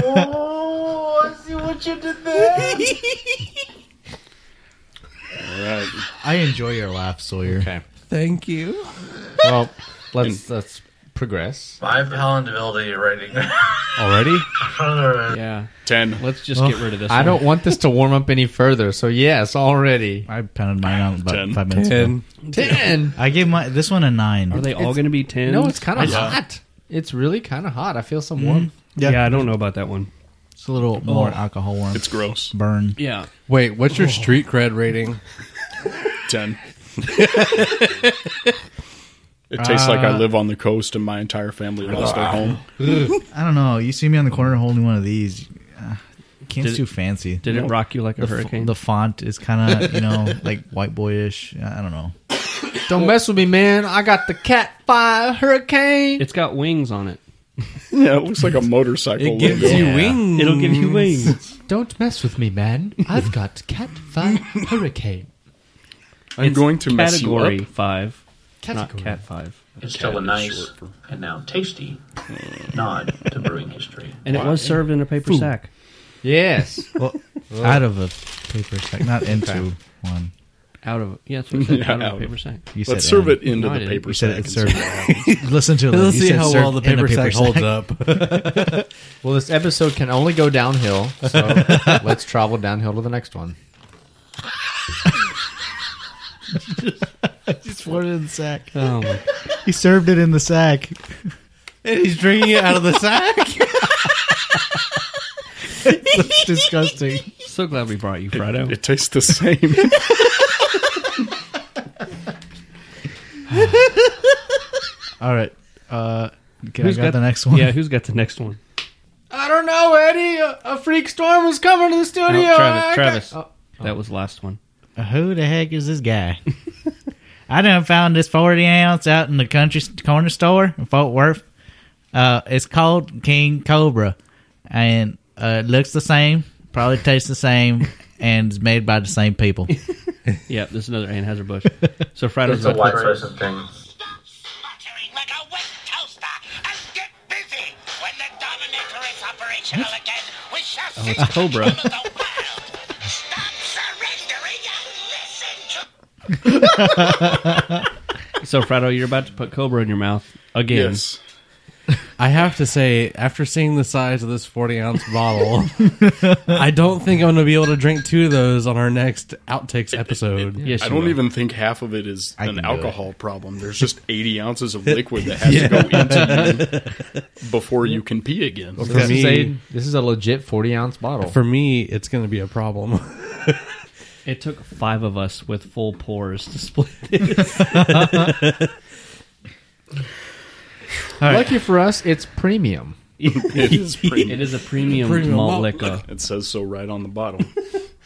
Oh, I see what you did there.
All right.
I enjoy your laugh, Sawyer.
Thank you.
Well, let's let's progress.
Five pound ability rating.
Already?
Yeah.
Ten.
Let's just get rid of this.
I
one.
don't want this to warm up any further. So yes, already
I pounded mine out about
Ten.
five minutes ago.
And
ten.
I gave my this one a nine.
Are they all going to be 10?
No, it's kind of hot. Mm-hmm. It's really kind of hot. I feel some warmth.
yeah. I don't know about that one.
It's a little more alcohol warm.
It's gross.
burn.
Yeah.
wait, what's your street cred rating?
Ten. it tastes like I live on the coast and my entire family lost their home.
I don't know. You see me on the corner holding one of these. Uh, can't
Did-
too fancy.
Did it rock you like a
the, f-
hurricane?
the font is kind of you know like white boyish. I don't know.
Don't mess with me, man. I got the Cat Five Hurricane.
it's got wings on it.
Yeah, it looks like a motorcycle
It gives
logo.
Oh, you wings.
It'll give you wings.
Don't mess with me, man. I've got Cat Five Hurricane
I'm going to mess you
Category
up.
5, not
category.
Cat 5.
It's still a
is
nice
short for-
and now tasty nod to brewing history.
And it was served in a paper sack.
Yes,
Well, out of a paper sack, not into one.
Out of, yeah, that's what it said,
Yeah,
out of
out.
a paper sack.
You said
Let's serve
in.
it into
No, I
the
didn't.
paper
You said
sack
it
and
served.
see what
Listen to it.
Let's
You
see
said
how
served
well the
in a
paper sack holds up.
Well, this episode can only go downhill, so let's travel downhill to the next one.
Just poured it in the sack.
Oh, my
He served it in the sack.
and he's drinking it out of the sack.
That's disgusting.
So glad we brought you
it,
Fredo.
it tastes the same.
All right. Uh, can
Who's
I grab the next one?
Yeah, who's got the next one?
I don't know, Eddie. A, a freak storm is coming to the
No,
studio.
Oh, Travis. Travis.
Oh.
That was the last one.
Who the heck is this guy? I done found this 40 ounce out in the country s- corner store in Fort Worth. Uh, it's called King Cobra, and uh, it looks the same, probably tastes the same, and it's made by the same people.
Yeah, there's another Anheuser Busch. So Fredo's
It's a
got
white person thing.
Stop sputtering like a wet toaster and get busy. When the Dominator is operational again, we shall oh,
it's Cobra.
Stop surrendering and listen to
So Fredo, you're about to put Cobra in your mouth again.
yes.
I have to say, after seeing the size of this 40 ounce bottle, I don't think I'm going to be able to drink two of those on our next outtakes episode.
Yes,
I
you
don't e-
will.
even think half of it is
I
an
can do it.
alcohol problem. There's just 80 ounces of liquid that has to go into you before you can pee again.
For
This, is a,
me,
this is a legit 40 ounce bottle.
for me, it's going to be a problem.
It took five of us with full pores to split it.
Lucky for us, it's premium.
It is
It
pretty.
is a premium,
Premium
malt
malt
liquor.
It says so right on the bottle.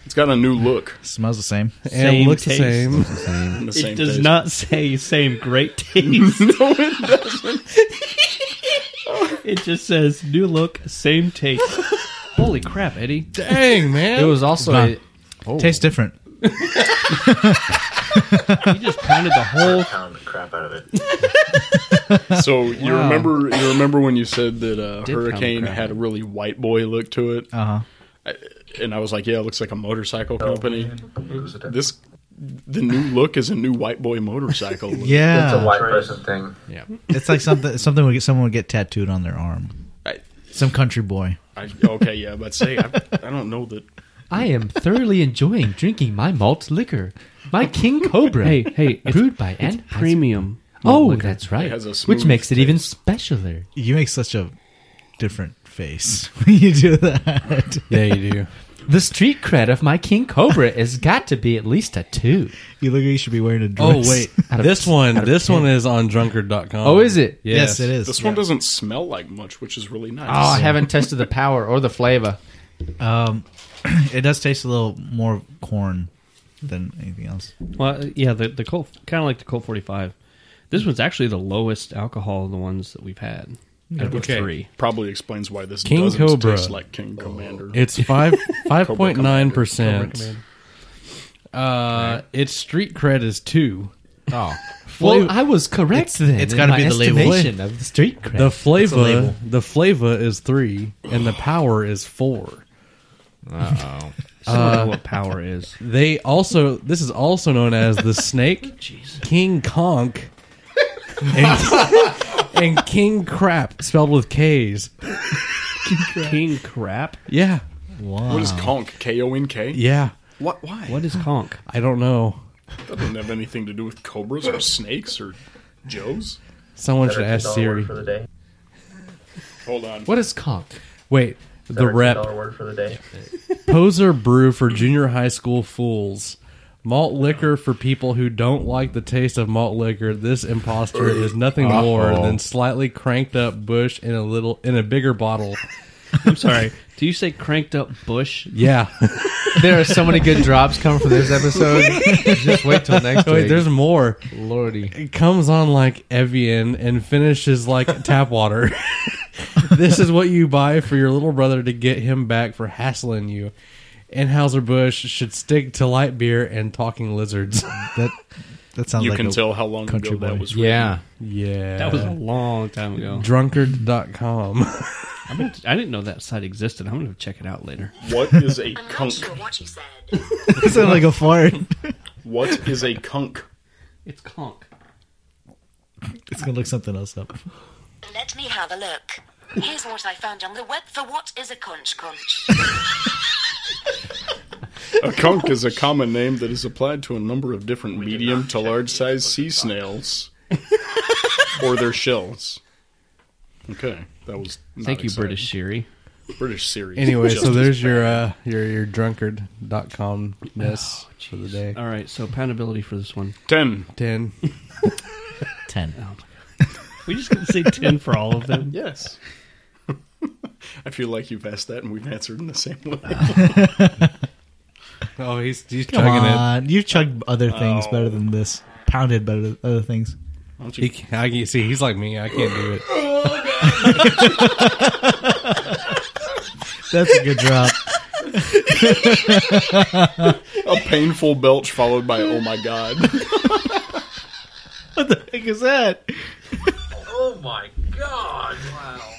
It's got a new look.
smells the same.
and it
Same
looks
taste.
the same.
in the
It
same
does
taste.
not say same great taste. no, it doesn't. it just says new look, same taste. Holy crap, Eddie!
Dang, man.
It was also a,
Tastes different.
You just pounded the whole.
Pound the crap out of it.
So you remember you remember when you said that uh,
did pound
Hurricane
the crap
had a really white boy look to it,
Uh huh.
and I was like, yeah, it looks like a motorcycle company.
Oh, It was a different-
This the new look is a new white boy motorcycle. look.
It's a
Yeah,
white person thing.
it's like something something would get someone would get tattooed on their arm.
I,
Some country boy.
I, okay, yeah, but say I, I don't know that
I am thoroughly enjoying drinking my malt liquor. My King Cobra.
Hey, hey, it's,
brewed by
it's
Anheuser.
premium. malt
Oh,
liquor.
that's right.
has a smooth
Which makes it even specialer.
You make such a different face when you do that.
yeah, you do.
The street cred of my King Cobra has got to be at least a two.
You look like you should be wearing a dress.
Oh wait,
Out of-
this one,
out of
this
ten.
one is on drunkard.com.
Oh, is it?
Yes, it is.
This one doesn't smell like much, which is really nice.
Oh, I haven't tested the power or the flavor.
Um, it does taste a little more corn than anything else.
Well, yeah, the the Colt kind of like the Colt 45. This one's actually the lowest alcohol of the ones that we've had. Out of the
Okay.
three.
Probably explains why this
King
doesn't
Cobra.
taste like King Commander.
It's five five
Cobra
point nine
Commander.
percent. Uh, its street cred is two.
Oh. Well, I was correct then.
it's
in
gotta
my
be the label.
estimation of the street cred.
The
label.
flavor, the flavor is three, and the power is four.
I don't
Uh,
know what power is.
They also, this is also known as the Snake, King Konk, and, and King Crap, spelled with K's.
King crap.
Yeah,
what is conk? K O N K.
yeah.
What? Why?
What is conk?
I don't know.
That doesn't have anything to do with cobras or snakes or joes.
Someone should
Better $10
ask
word
Siri.
for the day.
Hold on.
what is conk?
Wait, the
Better
rep
$10 word for the day.
poser brew for junior high school fools. Malt liquor for people who don't like the taste of malt liquor. This imposter is nothing more than slightly cranked up bush in a little in a bigger bottle.
I'm sorry. Do you say cranked up bush?
Yeah.
There are so many good drops coming from this episode. Just wait till next week.
Wait, there's more.
Lordy.
It comes on like Evian and finishes like tap water. this is what you buy for your little brother to get him back for hassling you. Anheuser Busch should stick to light beer and talking lizards.
That that sounds
you
like
can
a,
tell how long ago
country boy.
that was. Written.
Yeah.
yeah.
That was a long time ago.
drunkard.com.
I'm gonna, I didn't know that site existed. I'm going to check it out later.
What is a conk?
what she said.
It sounded like a fart.
What is a conk?
It's conk.
It's gonna look something else up.
Let me have a look. Here's what I found on the web for what is a conch conch.
A conch is a common name that is applied to a number of different medium to large sized sea snails or their shells. Okay, that was. Not
Thank you,
exciting.
British Siri.
British series.
anyway, so
Just-
there's your uh your your drunkard.com ness for the day.
All right, so poundability for this one.
ten.
10
Ten.
We just going to say 10 for all of them.
Yes. I feel like you've asked that and we've answered in the same way.
Oh, he's he's
Come
chugging it.
on, Uh, you've chugged other things better than this. Pounded better than other things.
He, can't- I can see he's like me. I can't do it.
That's a good drop.
A painful belch followed by "Oh my god!"
what the heck is that?
Oh my god! Wow.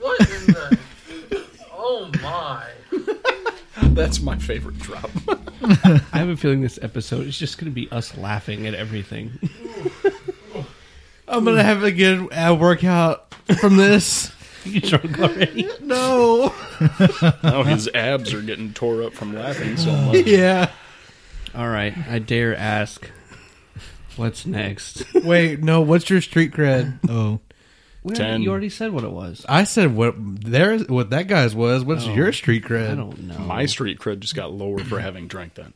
What in the. Oh my.
That's my favorite drop.
Oh,
I have a feeling this episode is just going to be us laughing at everything.
I'm gonna have a good uh, workout from this.
you drunk already?
No,
now his abs are getting tore up from laughing so
Oh.
much.
yeah.
All right, I dare ask. What's next?
Wait, no. What's your street cred?
Oh,
We
Ten.
already- You already said what it was.
I said what there is what that guy's was. What's your street cred?
I don't know.
My street cred just got lower for having drank that.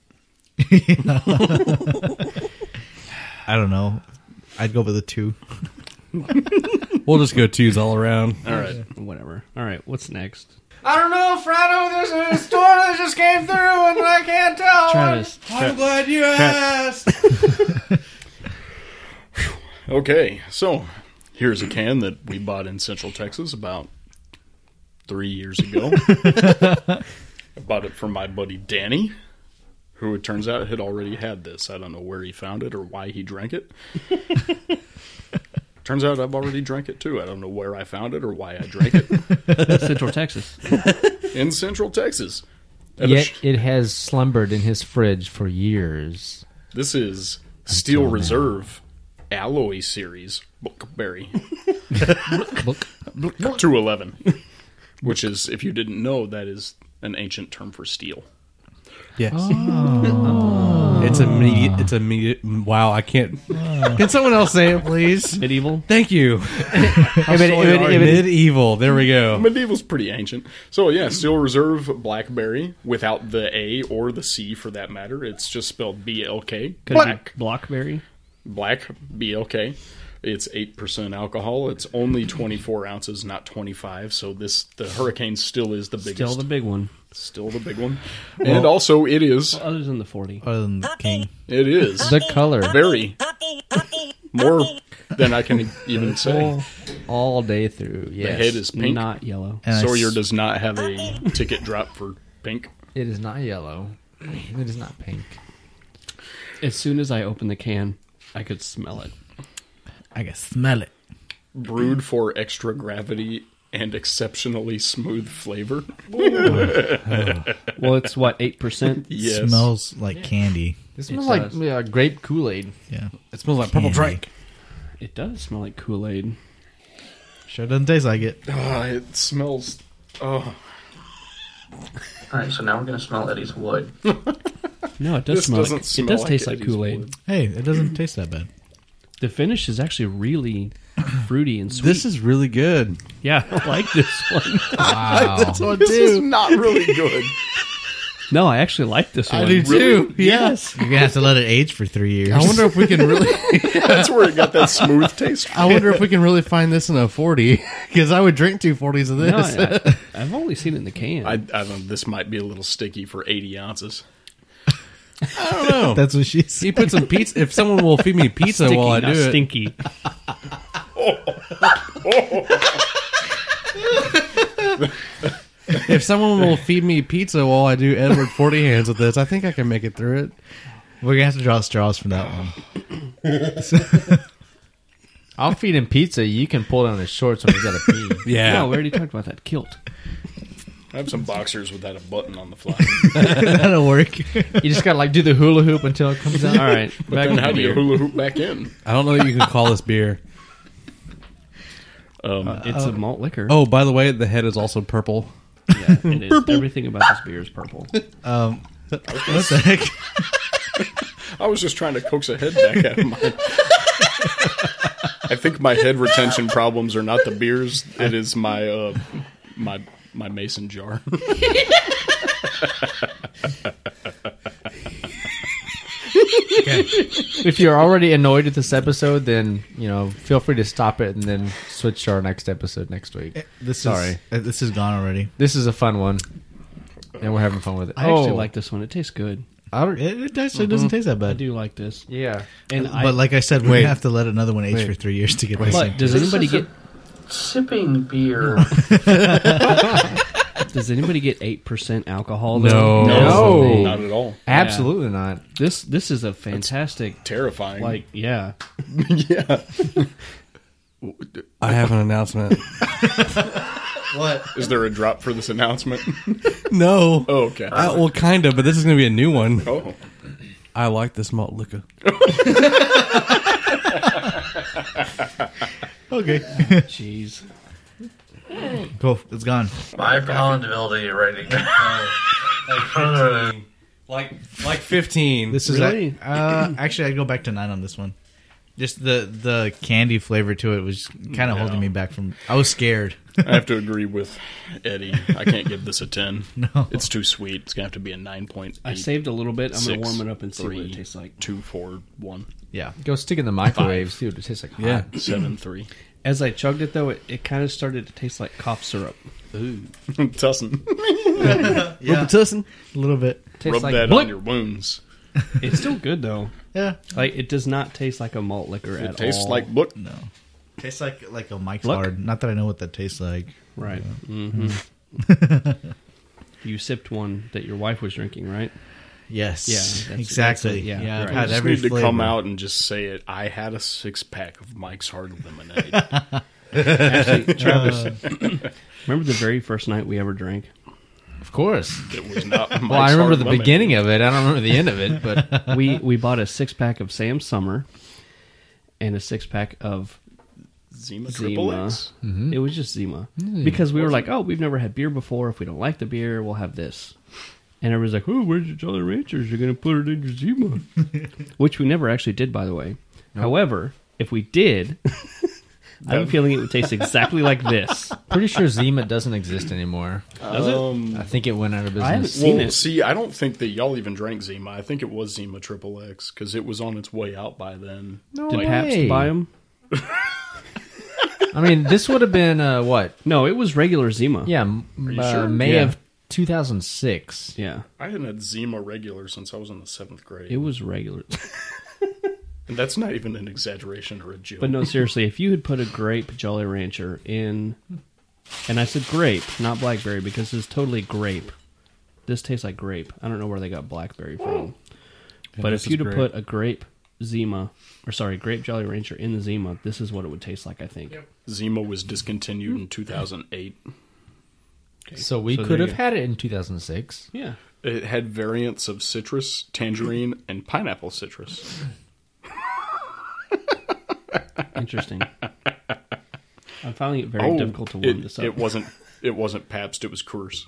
I don't know. I'd go with a two.
We'll just go twos all around.
All right,
Whatever. All right, what's next?
I don't know, Fredo. There's a store that just came through and I can't tell.
Travis.
I'm glad you asked.
okay. So here's a can that we bought in Central Texas about three years ago. I bought it from my buddy Danny, who it turns out had already had this. I don't know where he found it or why he drank it. turns out I've already drank it too. I don't know where I found it or why I drank it.
Central Texas.
in Central Texas. At a
Yet
sh-
it has slumbered in his fridge for years.
this is Steel Reserve Alloy Series Bookberry. Two eleven, which is, if you didn't know, that is an ancient term for steel.
Oh.
Yes. It It's immediate. It's immediate. Wow, I can't. Can someone else say it, please?
Medieval.
Thank you.
I'll sell you our-
Medieval. There we go.
Medieval's pretty ancient. So yeah, Steel Reserve Blackberry without the A or the C for that matter. It's just spelled B L K. Black.
Blockberry.
Black B L K. It's eight percent alcohol. It's only twenty four ounces, not twenty five. So this the hurricane still is the biggest,
Still the big one.
still the big one. and also it is
Other than the 40.
Other than the king.
it is
The color
very more than I can even say.
all day through. Yes,
Head is pink.
Not yellow.
And I
Sawyer
s-
does not have a ticket drop for pink.
it is not yellow. It is not pink.
As soon as I opened the can, I could smell it.
I can smell it.
brewed for extra gravity and exceptionally smooth flavor.
Well, it's what, 8%?
Yes.
Smells like candy.
This smells like
does.
yeah, grape Kool Aid.
Yeah.
It smells like purple
Candy.
drink.
It does smell like Kool Aid.
Sure doesn't taste like it.
Ah, it smells. Oh,
All right, so now we're gonna smell Eddie's wood.
No, it does
This
smell
doesn't
like
smell
It does
like
taste like
Eddie's
Kool Aid.
wood.
Hey, it doesn't taste that bad.
The finish is actually really fruity and sweet.
This is really good.
yeah, I like this one.
Wow.
this is not really good.
No, I actually like this one.
too. Yes.
You're gonna have to let it age for three years.
I wonder if we can really.
That's where it got that smooth taste.
I wonder if we can really find this in a forty because I would drink two forties of
No,
this.
I, have only seen it in the can.
I, I don't. This might be a little sticky for eighty ounces.
I don't know.
That's what she
You
said.
put some pizza. If someone will feed me pizza
Sticky,
while I do
not
it,
stinky.
if someone will feed me pizza while I do Edward Forty Hands with this, I think I can make it through it.
We're gonna have to draw straws for that one.
I'll feed him pizza. You can pull down his shorts when he's got to pee.
Yeah.
No, we already talked about that kilt.
I have some boxers without a button on the fly.
That'll work.
You just gotta like do the hula hoop until it comes out.
All right, back
And
to
how
the
do you
beer.
hula hoop back in?
I don't know what you can call this beer.
It's a malt liquor.
Oh, by the way, the head is also purple.
yeah, it is. Everything about this beer is purple.
What the heck?
I was just trying to coax a head back out of mine. I think my head retention problems are not the beers. It is my uh, my my mason jar.
If you're already annoyed at this episode, then you know feel free to stop it and then switch to our next episode next
Eh.
week.
This is,
Sorry.
uh, This is gone already.
This is a fun one, and we're having fun with it.
I actually
Oh,
like this one. It tastes good.
I don't,
It, it actually doesn't
Mm-hmm.
taste that
I
bad.
do like this.
yeah,
And I,
but like I said, we're gonna have to let another one age for three years to get this.
but
thing.
does anybody
This is
get
a sipping beer?
does anybody get eight percent alcohol?
No.
though? Oh.
No.
not at all.
absolutely not.
This this is a fantastic
Terrifying.
like yeah.
yeah.
I have an announcement.
Is there a drop for this announcement?
no.
Oh, okay.
I, well, kind of, but this is going to be a new one.
oh.
I like this malt liquor.
okay,
Jeez.
cool. It's gone.
Five pound debility rating.
Like like 15.
This is
Really?
uh, actually I'd go back to nine on this one. Just the the candy flavor to it was kind of holding me back from. I was scared.
I have to agree with Eddie. I can't give this a 10. No. It's too sweet. It's going to have to be a 9.8.
I saved a little bit. I'm
six,
gonna warm it up and see what
three,
it tastes like.
Two, four, one,
yeah,
Go stick in the microwave, see what it tastes like.
yeah.
hot.
seven, three.
As I chugged it though, it, it kind of started to taste like cough syrup.
Tussin.
yeah,
Robitussin.
a little bit.
tastes
Rub
like
that
blood.
on your wounds.
It's still good though.
Yeah,
Like it does not taste like a malt liquor
It
at
tastes
all.
like book.
no, tastes like like a Mike's
Look.
hard. Not that I know what that tastes like.
right. hmm you sipped one that your wife was drinking, right?
Yes,
Yeah, that's- that's
exactly.
it. Yeah,
yeah, I've
right.
had
I just
every
need to
flavor.
come out and just say it. I had a six pack of Mike's Hard Lemonade.
Actually, Travis, remember the very first night we ever drank?
Of course.
it was not Mike's
Well, I remember
Hard
the
Lemonade.
beginning of it. I don't remember the end of it, but
we we bought a six pack of Sam Summer and a six pack of
Zima Triple
Zima.
X.
It was just Zima because we were like, oh, we've never had beer before. If we don't like the beer, we'll have this. And everybody's like, "Oh, where's your Jolly Ranchers? You're gonna put it in your Zima," which we never actually did, by the way. However, if we did, I have a feeling it would taste exactly like this.
Pretty sure Zima doesn't exist anymore.
Does it?
I think it went out of
I haven't
business.
seen
Well,
it.
see, I don't think that y'all even drank Zima. I think it was Zima Triple X because it was on its way out by then.
No
Did Pabst buy them?
I mean, this would have been uh, what?
No, it was regular Zima.
Yeah, m- uh,
sure?
May
Yeah.
of 2006.
yeah,
I hadn't had Zima regular since I was in the seventh grade.
it was regular.
and that's not even an exaggeration or a joke.
But no, seriously, if you had put a grape Jolly Rancher in, and I said grape, not blackberry, because this is totally grape. This tastes like grape. I don't know where they got blackberry from. But
this
if you'd
is
have
grape.
put a grape Zima, or sorry, grape Jolly Rancher in the Zima, this is what it would taste like, I think.
Zima was discontinued in 2008.
So we
So there
could
you
have
go.
had it in 2006.
Yeah.
It had variants of citrus, tangerine, and pineapple citrus.
Interesting. I'm finding it very
Oh,
difficult to warm
Oh, it,
this up.
it wasn't. It wasn't Pabst. It was Coors.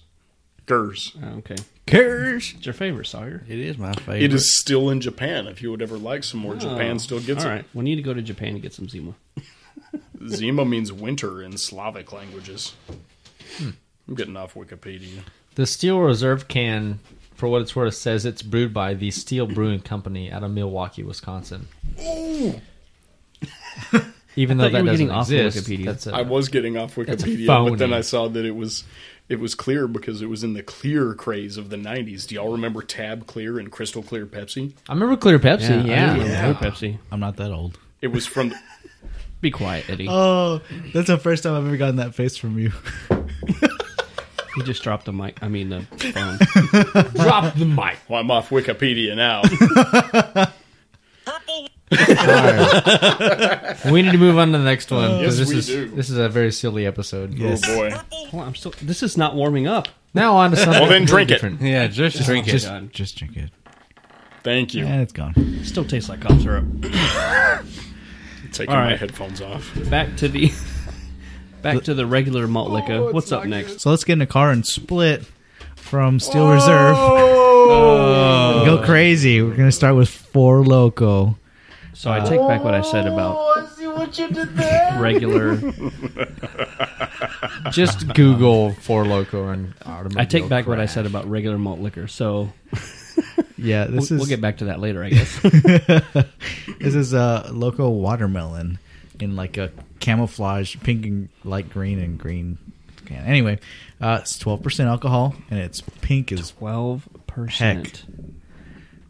Coors.
Oh, okay.
Curse.
It's your favorite, Sawyer.
It is my favorite.
It is still in Japan. If you would ever like some more,
Oh,
Japan still gets
All
it.
right. We need to go to Japan to get some Zima.
Zima means winter in Slavic languages. I'm getting off Wikipedia.
The Steel Reserve can, for what it's worth, says it's brewed by the Steel Brewing Company out of Milwaukee, Wisconsin. Even
I
though
thought you
that
were
doesn't
getting off of
exist,
Wikipedia.
that's a-
I was getting off
That's a
Wikipedia,
phony.
but then I saw that it was it was clear because it was in the clear craze of the 90s. Do y'all remember Tab Clear and Crystal Clear Pepsi?
I remember Clear Pepsi. Yeah,
yeah. Pepsi.
I'm not that old.
It was from
Be quiet, Eddie.
Oh, that's the first time I've ever gotten that face from you.
He just dropped the mic. I mean the phone.
drop the mic.
Well, I'm off Wikipedia now.
Purple
We need to move on to the next one because this
Yes, we
is
do.
this is a very silly episode.
Oh boy.
Hold on, I'm still. This is not warming up.
Now on to something.
Well, then drink it.
different.
Yeah, just drink it.
just, just drink it.
Thank you.
Yeah, it's gone.
It still tastes like cough syrup.
Taking
all
my
right.
headphones off.
Back to the, back to the regular malt liquor.
Oh,
What's up next?
So let's get in the car and split from Steel Reserve.
Oh.
Go crazy. We're gonna start with Four Loco.
So I take back what I said about
Oh, I see what you did there.
regular.
Just Google Four Loco and automobile.
I take back what I said about regular malt liquor. So
Yeah,
we-
this is
we'll get back to that later, I guess.
this is a Loco watermelon in like a camouflage pink and light green and green can. Anyway, uh, it's twelve percent alcohol and it's pink as
Twelve percent.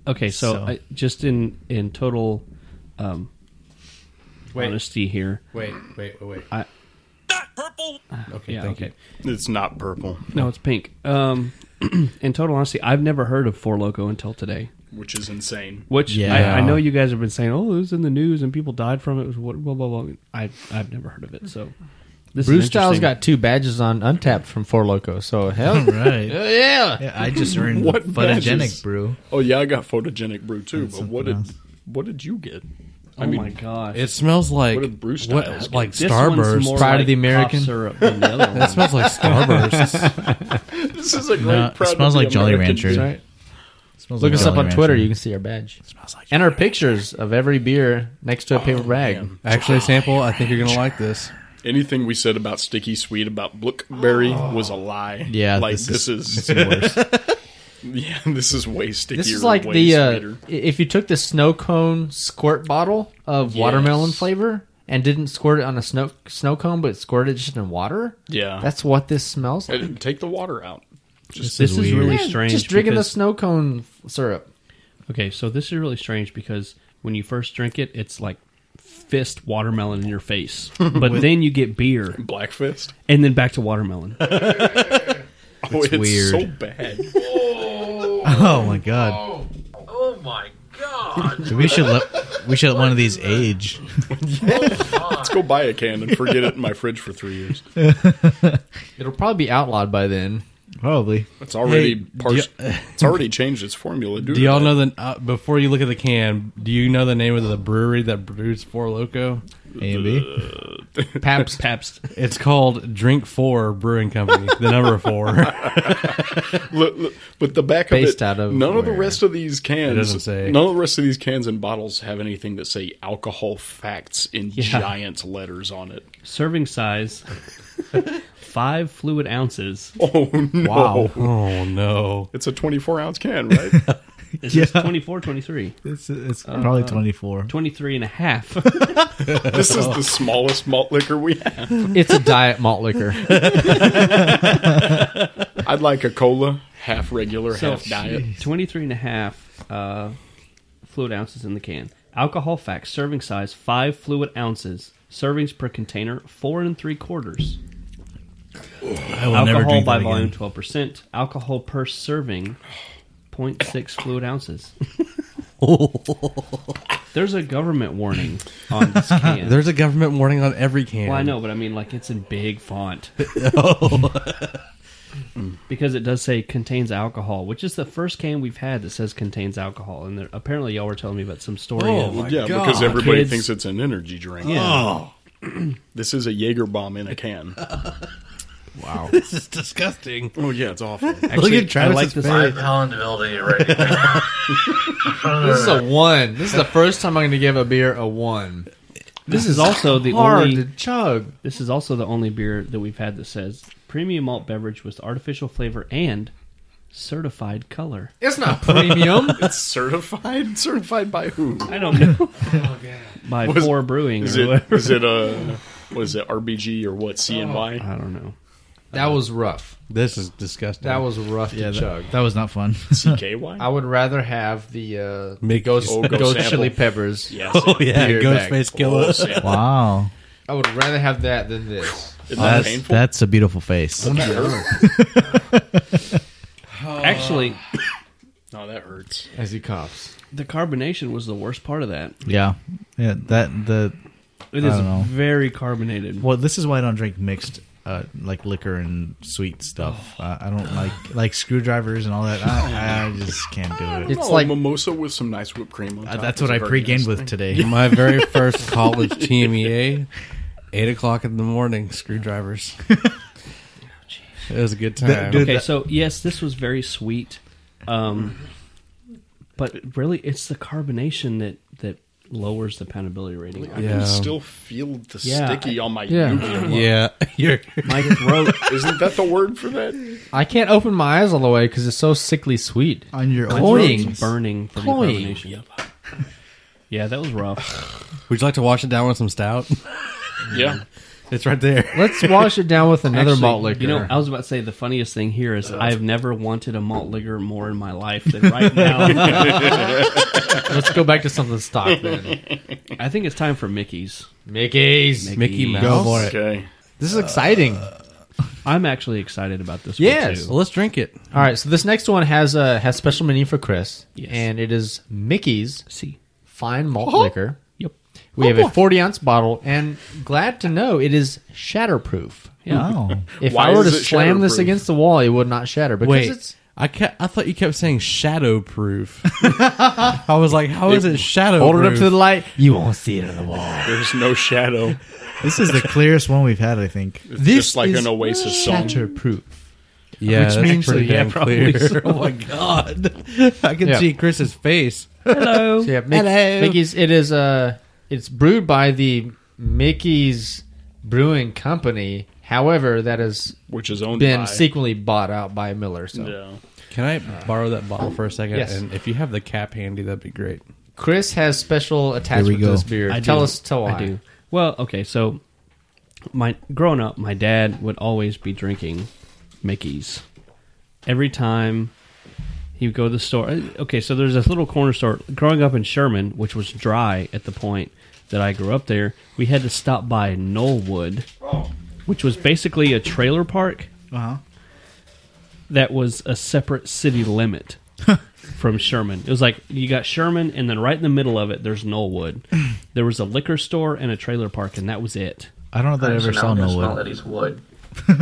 Okay, so,
So-
I, just in in total um, honesty here,
Wait, wait, wait, wait.
not purple
Okay,
yeah,
thank
okay.
you.
It's not purple,
No, it's pink. Um, in total honesty, I've never heard of Four Loco until today.
which is insane.
Which
Yeah.
I, I know you guys have been saying, oh, it was in the news and people died from it. it was what, blah blah blah. I I've never heard of it. So this
Bruce
is
Styles
interesting.
got two badges on Untapped from Four Loco. So hell,
right.
yeah.
Yeah, I just earned
What
photogenic
badges?
brew.
Oh yeah, I got photogenic brew too, but what did
something else.
what did you get?
Oh my gosh!
It smells like
What did Bruce
what-
Styles get?
like
This one's more
Starburst.
Pride of
like
the
cough
American.
syrup than the other
It
one.
smells like Starburst.
This is a great
No, Uh, it
proud to
smells
be
like Jolly
American
Rancher.
dude.
Sorry. Smells
Look us
like
up
Jolly
on
Rancher.
Twitter. You can see our badge
Smells like Oh,
and our pictures of every beer next to a paper bag.
Actually, sample. I think you're gonna like this.
Anything we said about sticky sweet about blackberry was a lie.
Yeah,
like
this
this, is, yeah, this is way stickier.
This is like
way
the uh,
sweeter.
i- if you took the snow cone squirt bottle of watermelon flavor and didn't squirt it on a snow snow cone, but squirted it just in water.
yeah.
That's what this smells like.
Uh, take the water out.
This, is, really strange.
Just drinking
because-
the snow cone f- syrup.
Okay, so this is really strange because when you first drink it, it's like fist watermelon in your face, but then you get beer
Black Fist.
and then back to watermelon.
Oh, it's
weird.
so bad.
Oh my god.
Oh my god!
We should let we should let one of these age.
Let's go buy a can and forget it in my fridge for three years.
It'll probably be outlawed by then.
Probably.
It's already
Hey,
par- It's already changed its formula. Dude.
Do y'all know the uh, before you look at the can? Do you know the name of the brewery that brews Four Loco?
maybe.
Paps.
Pabst.
It's called Drink Four Brewing Company, the number four. it
Look, look, but the back
Based
of it,
out of
none of the
where?
rest of these cans,
doesn't say.
none of the rest of these cans and bottles have anything that say alcohol facts in giant letters on it.
Serving size five fluid ounces.
Oh no!
Wow.
Oh no!
It's a 24 ounce can, right?
This is 24, 23.
It's, it's probably 24.
23 and a half.
this is the smallest malt liquor we have.
It's a diet malt liquor.
I'd like a cola, half regular,
So,
half diet.
23 and a half uh, fluid ounces in the can. Alcohol facts, serving size, five fluid ounces. Servings per container, four and three quarters.
I will
alcohol by volume, 12%. Alcohol per serving, 0.6 fluid ounces. There's a government warning on this can.
There's a government warning on every can.
Well, I know, but I mean, like, it's in big font. because it does say contains alcohol, which is the first can we've had that says contains alcohol. And there, apparently, y'all were telling me about some story.
Oh,
of-
my
Yeah,
God.
because everybody
Kids.
thinks it's an energy drink.
yeah.
Oh.
This is a Jaeger bomb in a can.
This is disgusting.
oh yeah, it's awful.
Actually,
Look at Travis's
I like this.
face.
Pound elevator rating.
This is a one. This is the first time I'm going to give a beer a one.
This is also the
Hard
only.
to chug.
This is also the only beer that we've had that says premium malt beverage with artificial flavor and certified color.
It's not premium.
it's certified. Certified by who?
I don't know. By
Was-
Four Brewing
Is
or
it?
whatever.
Is it a? What is it? RBG or what? CNY.
I don't know.
that was rough.
This is disgusting.
That was rough to chug.
That was not fun.
CKY.
I would rather have the uh,
Mickey's.
ghost,
Oh, ghost
ghost
sample.
chili peppers.
Yes.
oh yeah,
Beer back.
Ghostface Killer.
Wow.
I would rather have that than this.
Isn't that
That's,
painful?
that's a beautiful face.
that hurt.
Actually,
No, that hurts.
As he coughs.
the carbonation was the worst part of that.
Yeah. Yeah. That, the,
It
I
is
don't know.
very carbonated.
well, this is why I don't drink mixed, uh, like liquor and sweet stuff. Uh, I don't like, like screwdrivers and all that. I, I just can't do it.
It's
no,
like-
mimosa with some nice whipped cream on
Uh,
top.
that's
is
what I
very
pre-gamed
nice.
with today.
My very first college TMEA, eight o'clock in the morning. Screwdrivers. it was a good time.
dude,
Okay, so yes, this was very sweet, um, but really, it's the carbonation that that lowers the poundability rating.
I
Yeah.
can still feel the
Yeah,
sticky on my
Yeah.
uvula.
yeah, you're
My throat,
Isn't that the word for that?
I can't open my eyes all the way because it's so sickly sweet.
On your
my
Cloying.
throat's burning from
Cloying.
the carbonation. Yeah, that was rough.
Would you like to wash it down with some stout?
Yeah.
It's right there.
Let's wash it down with another
Actually,
malt liquor.
You know, I was about to say the funniest thing here is I've never wanted a malt liquor more in my life than right now.
Let's go back to something stock then.
I think it's time for Mickey's.
Mickey's.
Mickey Mouse.
Okay.
This is exciting.
I'm actually excited about this.
Yes.
one too.
Well, let's drink it.
All right, so this next one has a has special meaning for Chris,
Yes.
and it is Mickey's
see.
Fine Malt Liquor.
Uh-huh. Yep. Oh,
We have a 40 ounce bottle, and glad to know it is shatterproof.
Wow.
If
Oh. Why
I were to
is it
slam this
shatterproof?
against the wall, it would not shatter because
Wait,
it's
I kept, I thought you kept saying shadow proof. I was like, how is it shadow?
hold it up
proof?
to the light. You won't see it on the wall.
There's no shadow.
This is the clearest one we've had, I think.
It's just like an Oasis song.
Shatterproof.
yeah,
which
that's
means-
pretty
yeah,
damn clear. oh my god, I can
Yeah.
see Chris's face.
So yeah, Mick,
Hello.
Mickey's. It is uh, it's brewed by the Mickey's Brewing Company. However, that has
Which is owned
been
by. uh,
secretly bought out by Miller. So
Yeah.
Can I borrow that bottle for a second?
Yes.
And if you have the cap handy, that'd be great.
Chris has special attachment to
go.
this beer.
I
tell
do.
us, tell why.
I do. Well, okay, so my growing up, my dad would always be drinking Mickey's every time he would go to the store. uh, Okay, so there's this little corner store growing up in Sherman, which was dry at the point that I grew up there. We had to stop by Knollwood, which was basically a trailer park
Uh-huh.
that was a separate city limit from Sherman. It was like you got Sherman, and then right in the middle of it, there's Knollwood. There was a liquor store and a trailer park, and that was it.
I don't know that I
So
ever
now
saw
I'm gonna
no
smell
wood.
that he's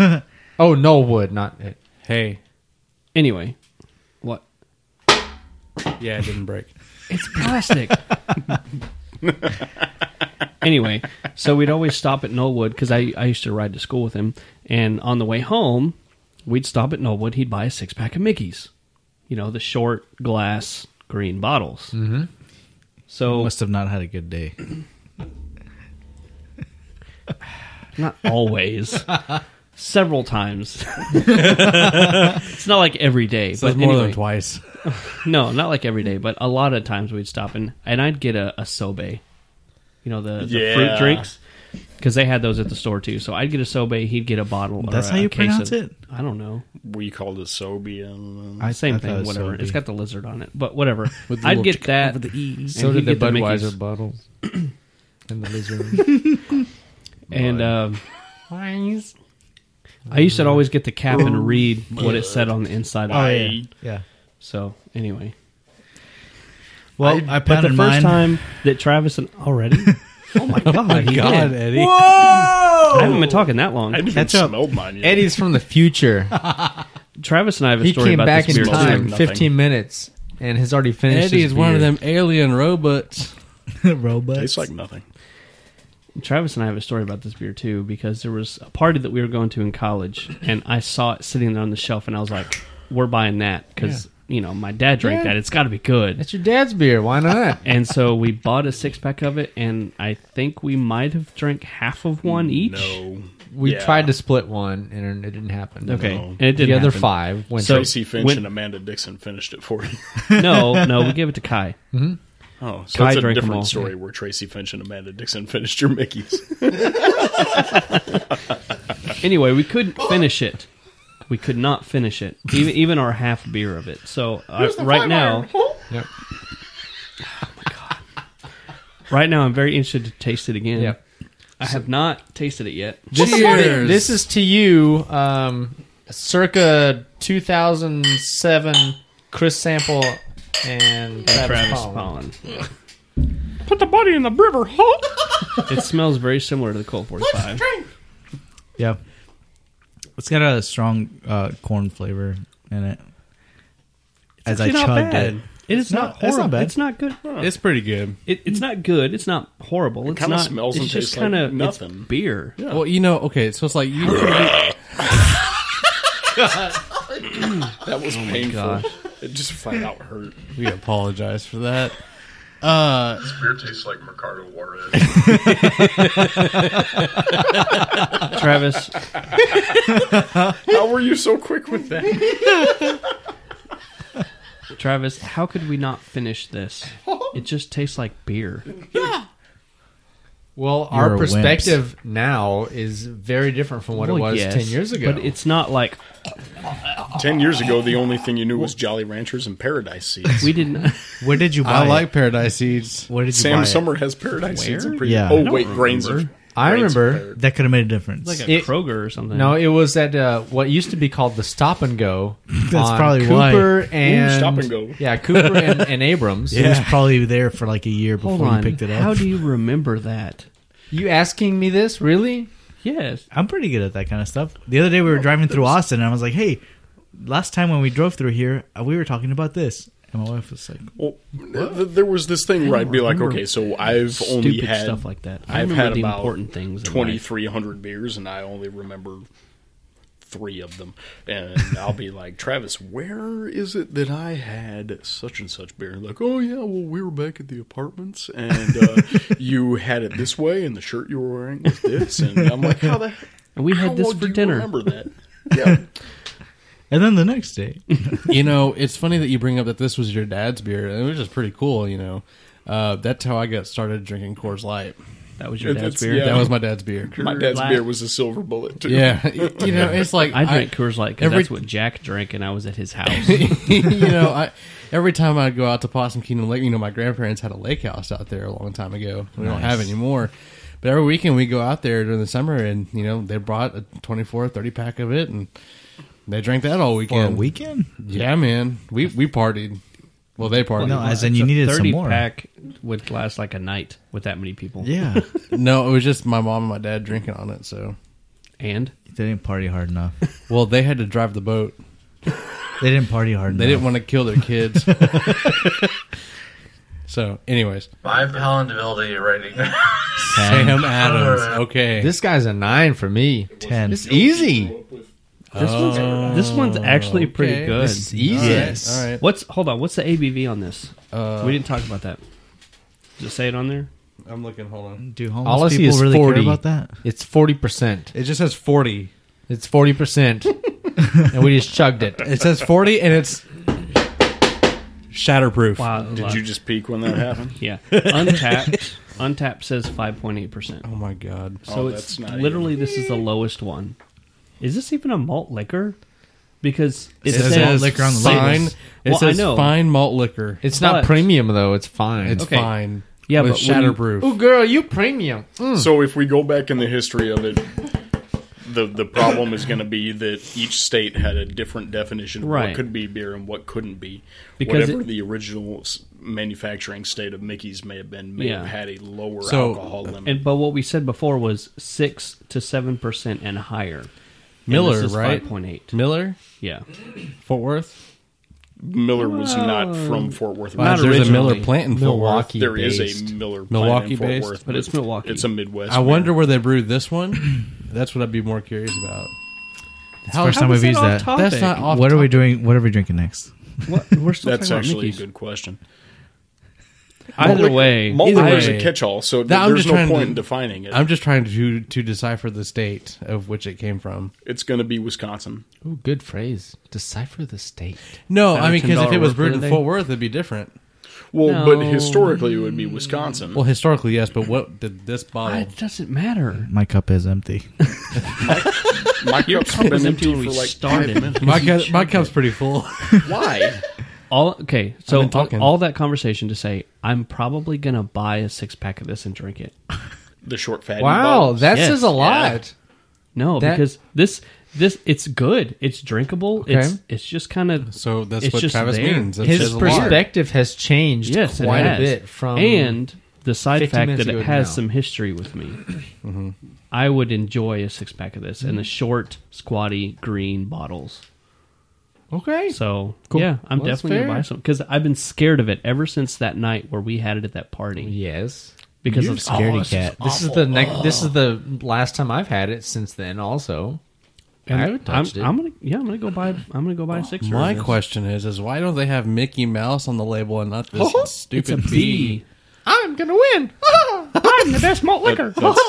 wood.
Oh, no wood, not it.
Hey,
Anyway, what?
yeah, it didn't break.
It's plastic. anyway, so we'd always stop at Knollwood because I, I used to ride to school with him. And on the way home, we'd stop at Knollwood. He'd buy a six pack of Mickey's, you know, the short glass green bottles. Mm-hmm. So
Must have not had a good day.
not always, several times. it's not like every day,
So
but
it's more
anyway,
than twice.
no, not like every day, but a lot of times we'd stop and and I'd get a, a sobe, you know the, the fruit
Yeah.
drinks, because they had those at the store too. So I'd get a sobe, he'd get a bottle.
That's
or
how
a
you
case
pronounce
of-
it?
I don't know.
We called it Sobia.
I
Same
I thought it
thing,
was
whatever.
soda.
It's got the lizard on it, but whatever.
With the
I'd
little
get
chick
that.
over the E.
and
So
he'd
did the
get Mickey's.
Budweiser bottle and the lizard.
And um, I used to always get the cap and read what it said on the inside. of it.
Oh, Yeah.
So anyway,
Well, I,
but
pounded
the first
mine.
time that Travis and already, oh my god, he
God,
did.
Eddie.
I haven't been talking that long.
I haven't even
Catch up.
smelled mine yet.
Eddie's from the future.
Travis and I have a
He
story
came
about
back
this
in
beer
time,
nothing.
fifteen minutes, and has already finished.
Eddie
his
is one of
beer.
them alien robots.
Robots.
Tastes like nothing.
too. Travis and I have a story about this beer too because there was a party that we were going to in college, and I saw it sitting there on the shelf, and I was like, "We're buying that because you know my dad drank
Yeah.
that. It's got to be good."
That's your dad's beer. Why not?
And so we bought a six pack of it, and I think we might have drank half of one each.
Mm, No.
We
Yeah.
tried to split one, and it didn't happen.
Okay,
No.
and it didn't.
the other
happen.
five went.
So-
Tracy Finch
when-
and Amanda Dixon finished it for you.
No, no, we gave it to Kai.
Oh, so
Kai
it's
drank
a
'em all.
different story where Tracy Finch and Amanda Dixon finished your Mickey's.
Anyway, we couldn't finish it. We could not finish it, even even our half beer of it. So uh, right now,
Yep.
right now, I'm very interested to taste it again.
Yep.
I have not tasted it yet.
This,
Cheers.
This is to you, um, circa 2007. Chris Sample and Travis,
Travis
Palm.
Pollen.
Put the body in the river, huh?
It smells very similar to the Colt 45.
Yeah. It's got a strong uh, corn flavor in it. As I
It's not
chugged
bad.
it.
It is not,
not- it's not
horrible.
bad.
It's not good.
It's pretty good.
It, it's not good. It's not horrible. It's
kinda
not.
smells
it's
and
just
tastes like
kinda- it's
nothing.
beer.
Well, you know, okay, so it's like you.
That was painful.
gosh.
It just flat out hurt.
we apologize for that.
This beer tastes like Mercado Juarez.
Travis,
How were you so quick with that?
Travis, how could we not finish this? It just tastes like beer.
Well,
You're
our
a
perspective now is very different from what it
Well,
was
yes,
ten years ago.
But it's not like
Ten years ago, the only thing you knew was Jolly Ranchers and Paradise Seeds.
we didn't.
Where did you buy
I
it?
like Paradise Seeds.
Where did you buy
Sam
it?
Summer has Paradise Seeds. and pretty-
Yeah. I
Oh
don't
wait, grains of.
I
Grains of
remember
Paradise.
That could have made a difference.
like a
It-
Kroger or something.
No, it was at uh, what used to be called the Stop and Go.
That's
on
probably why.
Cooper and
Stop and Go.
Yeah, Cooper and, and Abrams.
It was probably there for like a year
hold
before you
on.
picked it up.
How do you remember that?
You asking me this really?
Yes,
I'm pretty good at that kind of stuff. The other day we were driving through Austin, and I was like, "Hey, last time when we drove through here, uh, we were talking about this." And my wife was like,
Well, th- th- there was this thing where I'd be like,
remember
okay, so I've only
stupid
had
stuff like that. I
I've
remember
had
the
about
important things. in
twenty
life.
three hundred beers, and I only remember three of them. And I'll be like, Travis, where is it that I had such and such beer? Like, oh yeah, well we were back at the apartments, and uh, you had it this way, and the shirt you were wearing was this, and I'm like, how the
And we
how
had this
well do
for
you
dinner.
Remember that? Yeah,
"And then the next day,
you know, it's funny that you bring up that this was your dad's beer, and it was just pretty cool. You know, uh, that's how I got started drinking Coors Light.
That was your
It-
dad's
it's-
beer.
yeah.
That was my dad's beer.
my dad's
Light.
beer was a silver bullet too.
Yeah, you know, it's like
I drank Coors Light because
every-
that's what Jack drank, and I was at his house.
you know, I every time I'd go out to Possum Kingdom Lake, you know, my grandparents had a lake house out there a long time ago. We don't have it anymore. But every weekend we go out there during the summer and, you know, they brought a 24, 30 pack of it and they drank that all
for
weekend.
a weekend."
Yeah, man. We we partied. Well, they partied.
No, as in
It's
you
a
needed some
30
more.
pack would last like a night with that many people.
Yeah,
no, it was just my mom and my dad drinking on it, so.
And
they didn't party hard enough.
Well, they had to drive the boat.
They didn't party hard
They
enough.
didn't want to kill their kids. So, anyways,
Five pound ability rating.
Sam Adams. Okay,
This guy's a nine for me.
Ten.
It's easy.
This one's this one's actually pretty
okay.
good.
It's easy.
all right.
What's hold on? What's the ABV on this? we didn't talk about that. Did it say it on there?
I'm looking. Hold on.
Do homeless
All I see
people
is
really
40.
care about that?
It's forty percent.
It just says forty.
It's forty percent, and we just chugged it.
It says forty, and it's shatterproof.
Wow.
Did you just peek when that happened?
yeah. Untapped. Untapped says five point eight percent.
Oh my god.
So
Oh,
it's
that's not
literally this is the lowest one. Is this even a malt liquor? Because it,
says malt liquor on the
fine.
labels.
It
Well, I
says
know.
fine malt liquor.
It's not
But-
premium though. It's fine.
It's
Okay.
fine.
Yeah,
with
but when you-
shatterproof.
Ooh, girl, you premium. Mm.
So if we go back in the history of it, the the problem is going to be that each state had a different definition of
Right.
what could be beer and what couldn't be.
Because
Whatever
it-
the original s- manufacturing state of Mickey's may have been, may
Yeah.
have had a lower
So- uh,
alcohol limit.
and but what we said before was six to seven percent and higher.
Miller,
and this is
right?
Five point eight.
Miller,
Yeah.
Fort Worth.
Miller was not from Fort Worth.
Not
There's
originally.
a Miller plant in Fort Worth.
Milwaukee.
There is
based.
a Miller plant
Milwaukee
in Fort
based,
Worth,
but it's Milwaukee.
It's a Midwest.
I
beer.
wonder where they brewed this one. That's what I'd be more curious about. How-
first
How
time
is
we've used
off
that.
topic?
That's not off.
What are we
topic.
doing? What are we drinking next?
What, we're still
That's
talking about
actually a
Mickey's.
good question.
Either
Malt-
way,
malt
either
liquor is a
way.
catch-all, so
That- I'm
there's
just
no
trying
point
to-
in defining it.
I'm just trying to to decipher the state of which it came from.
it's going to be Wisconsin.
Ooh, good phrase. Decipher the state.
No,
Found
I
a
mean because if
$10
it was
worth the
brewed in
other day.
Fort Worth, it'd be different.
Well, but
No.
historically, it would be Wisconsin.
Well, historically, yes, but what did this
Ah,
bottle?
it doesn't matter.
My cup is empty.
My cup's
cup was empty
been empty
when
for
we
like
started.
five minutes.
My, cup, my cup's pretty full.
Why?
All okay. So
been talking.
all that conversation to say, I'm probably gonna buy a six pack of this and drink it.
The short fat.
Wow, that
Yes,
says a lot.
No,
That-
because this this it's good. It's drinkable. It's
Okay.
it's just kind of
So that's
It's
what
just
Travis
there.
means. That
His
says a lot.
perspective has changed
yes, it
quite a
has.
bit from
and the side
15
fact
minutes
that
ago
it
to
has
now.
some history with me.
Mm-hmm.
I would enjoy a six pack of this and
Mm-hmm.
the short, squatty green bottles.
okay.
So
Cool.
yeah, I'm
Well, that's
definitely gonna
fair.
buy some because I've been scared of it ever since that night where we had it at that party.
Yes.
Because
You're
of
scaredy
oh, this is
cat.
This is the next. This is the last time I've had it since then. Also, I haven't
I'm,
touched it.
I'm gonna yeah, I'm gonna go buy I'm gonna go buy a six.
Oh, My question is: is why don't they have Mickey Mouse on the label and not this
Oh,
stupid
it's a
bee?
bee.
I'm gonna win.
I'm the best malt liquor.
That's,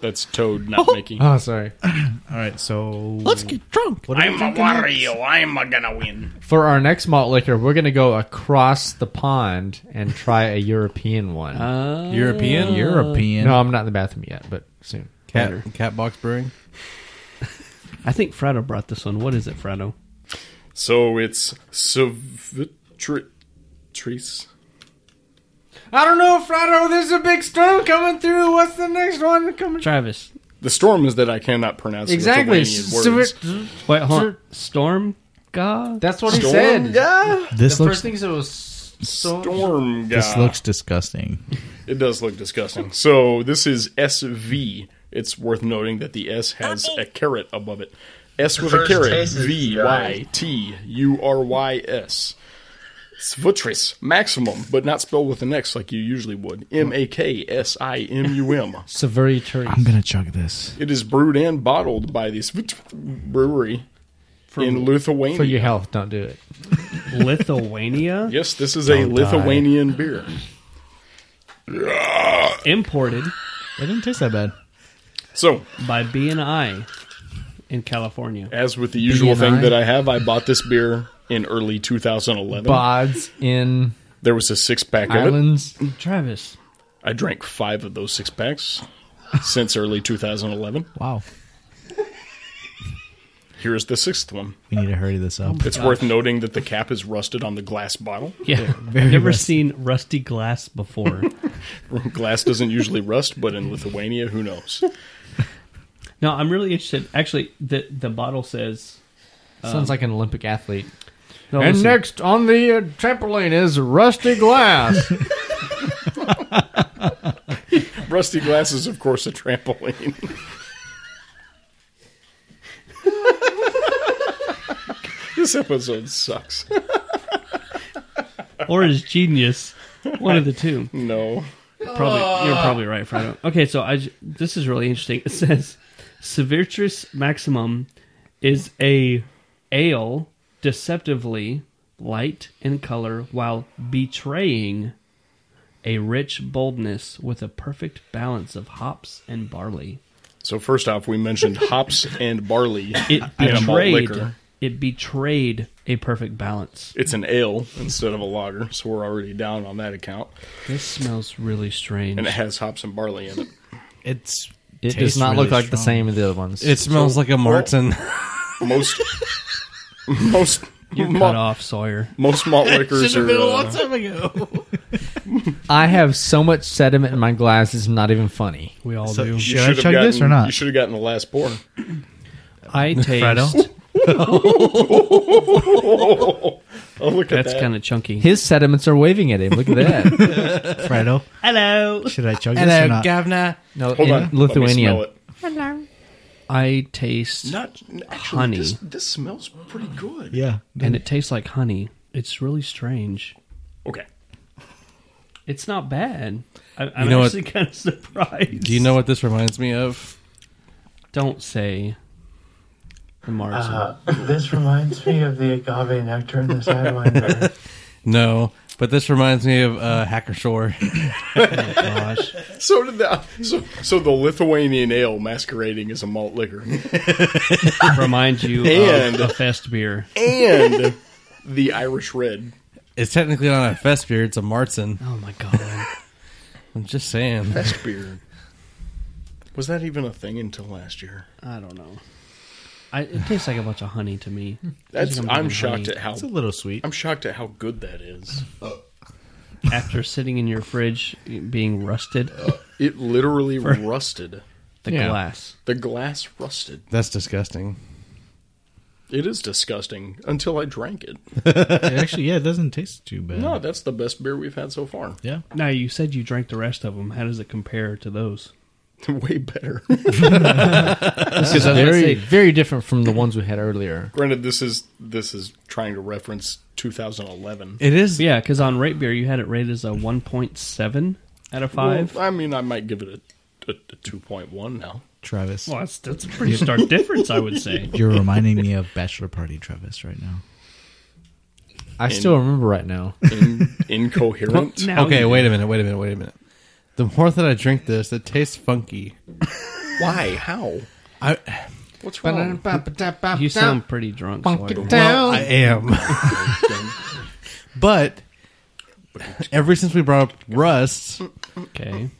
that's Toad, not Mickey.
oh, sorry.
All right, so
get drunk.
I'm a Wario. I'm a gonna win.
For our next malt liquor, we're gonna go across the pond and try a European one.
European
European.
no, I'm not in the bathroom yet, but soon.
cat cat box brewing.
I think Fredo brought this one. What is it, Fredo?
So it's Savitri.
I don't know, Fredo. There's a big storm coming through. What's the next one coming?
Travis.
The storm is that I cannot pronounce
Exactly.
Lithuanian words.
Wait, hold on.
Sure.
Storm God?
That's what he
Storm
said.
guy?
this
the
looks
first thing he said was so-
Storm guy.
this looks disgusting.
It does look
Oh.
disgusting. So this is SV. It's worth noting that the S has a carrot above it. S with a
First
carrot.
taste is
V Y
right.
T U R Y S. Svutris, maximum, but not spelled with an X like you usually would. M A K S I M U M.
Severi Terry.
I'm gonna chug this.
It is brewed and bottled by the Svutris brewery in Lithuania.
For your health, don't do it.
Lithuania?
Yes, this is a Lithuanian beer.
Imported
It didn't taste that bad.
So,
by BNI in California.
as with the usual thing
B&I?
that I have, I bought this beer in early 2011.
Bods in
There was a six pack of it.
islands.
Um, Travis.
I drank five of those six packs since early 2011.
Wow,
Here's the sixth one.
we need to hurry this up.
It's worth noting that the cap is rusted on the glass bottle.
Yeah. Never seen rusty glass before.
glass doesn't usually rust, but in Lithuania, who knows?
no, I'm really interested. Actually, the the bottle says
Sounds like an Olympic athlete.
no,
and
listen.
next on the uh, trampoline is Rusty Glass.
Rusty glass is, of course, a trampoline. this episode sucks.
or is genius. One of the two.
No.
Probably
Ah.
you're probably right, Fredo. Okay, so I j- this is really interesting. It says Severtris maximum is a ale deceptively light in color while betraying a rich boldness with a perfect balance of hops and barley.
So first off, we mentioned hops and barley.
It
in a malt
betrayed
liquor.
it betrayed a perfect balance.
It's an ale instead of a lager, so we're already down on that account.
This smells really strange.
And it has hops and barley in it.
It's
It
Tastes
does not
really
look like the
strong.
same as the other ones.
it smells like
Oh.
a Martin.
Most most
You're
mo-
cut off, Sawyer.
most malt liquors are uh,
I have so much sediment in my glass. It's not even funny.
We all
So-
do.
Should
you
I
should've
chug
gotten,
this or not?
You should have gotten the last pour.
I taste.
Fredo?
Oh, look at
That's
that.
kind of chunky.
His sediments are waving at him. Look at that.
Fredo. Hello. Should I chug this or
Hello,
not?
Governor.
No,
Hold
in
on. Let me smell
Lithuania.
it.
I taste
Not actually,
Honey.
This, this smells pretty good.
yeah.
and it tastes like honey. Mm. It's really strange.
Okay.
It's not bad. I, I'm
know what-
actually kind of surprised.
Do you know what this reminds me of?
Don't say the Mars.
Uh-huh.
this reminds me of the agave nectar in the sidewinder.
No, but this reminds me of uh, Hackershore.
gosh.
So did the so, so the Lithuanian ale masquerading as a malt liquor,
Remind you
And-
of a fest beer.
and the Irish red.
It's technically not a fest beer; it's a Martin.
Oh my god.
I'm just saying.
Best beer. Was that even a thing until last year?
I don't know. I, it tastes like a bunch of honey to me.
That's
Tastes like
I'm
bunch of
shocked at
honey.
how
It's a little sweet.
I'm shocked at how good that is.
after sitting in your fridge being rusted.
It literally rusted.
The
Yeah.
glass.
The glass rusted.
That's disgusting.
It is disgusting until I drank it.
Actually, yeah, it doesn't taste too bad.
No, that's the best beer we've had so far.
Yeah.
Now you said you drank the rest of them. How does it compare to those?
Way better.
This is very, very different from the ones we had earlier.
Granted, this is this is trying to reference 2011.
It is.
Yeah, because on rate beer you had it rated as a one point seven out of five.
Well, I mean, I might give it a, a, a 2.1 now.
Travis.
Well, that's that's a pretty stark difference, I would say.
You're reminding me of Bachelor Party Travis right now.
I still remember right now.
In, incoherent.
Okay, wait a minute. Wait a minute. Wait a minute. The more that I drink this, it tastes funky.
Why? How?
I
What's wrong?
You sound pretty drunk. Sawyer.
well, I am. but ever since we brought up rust,
Okay.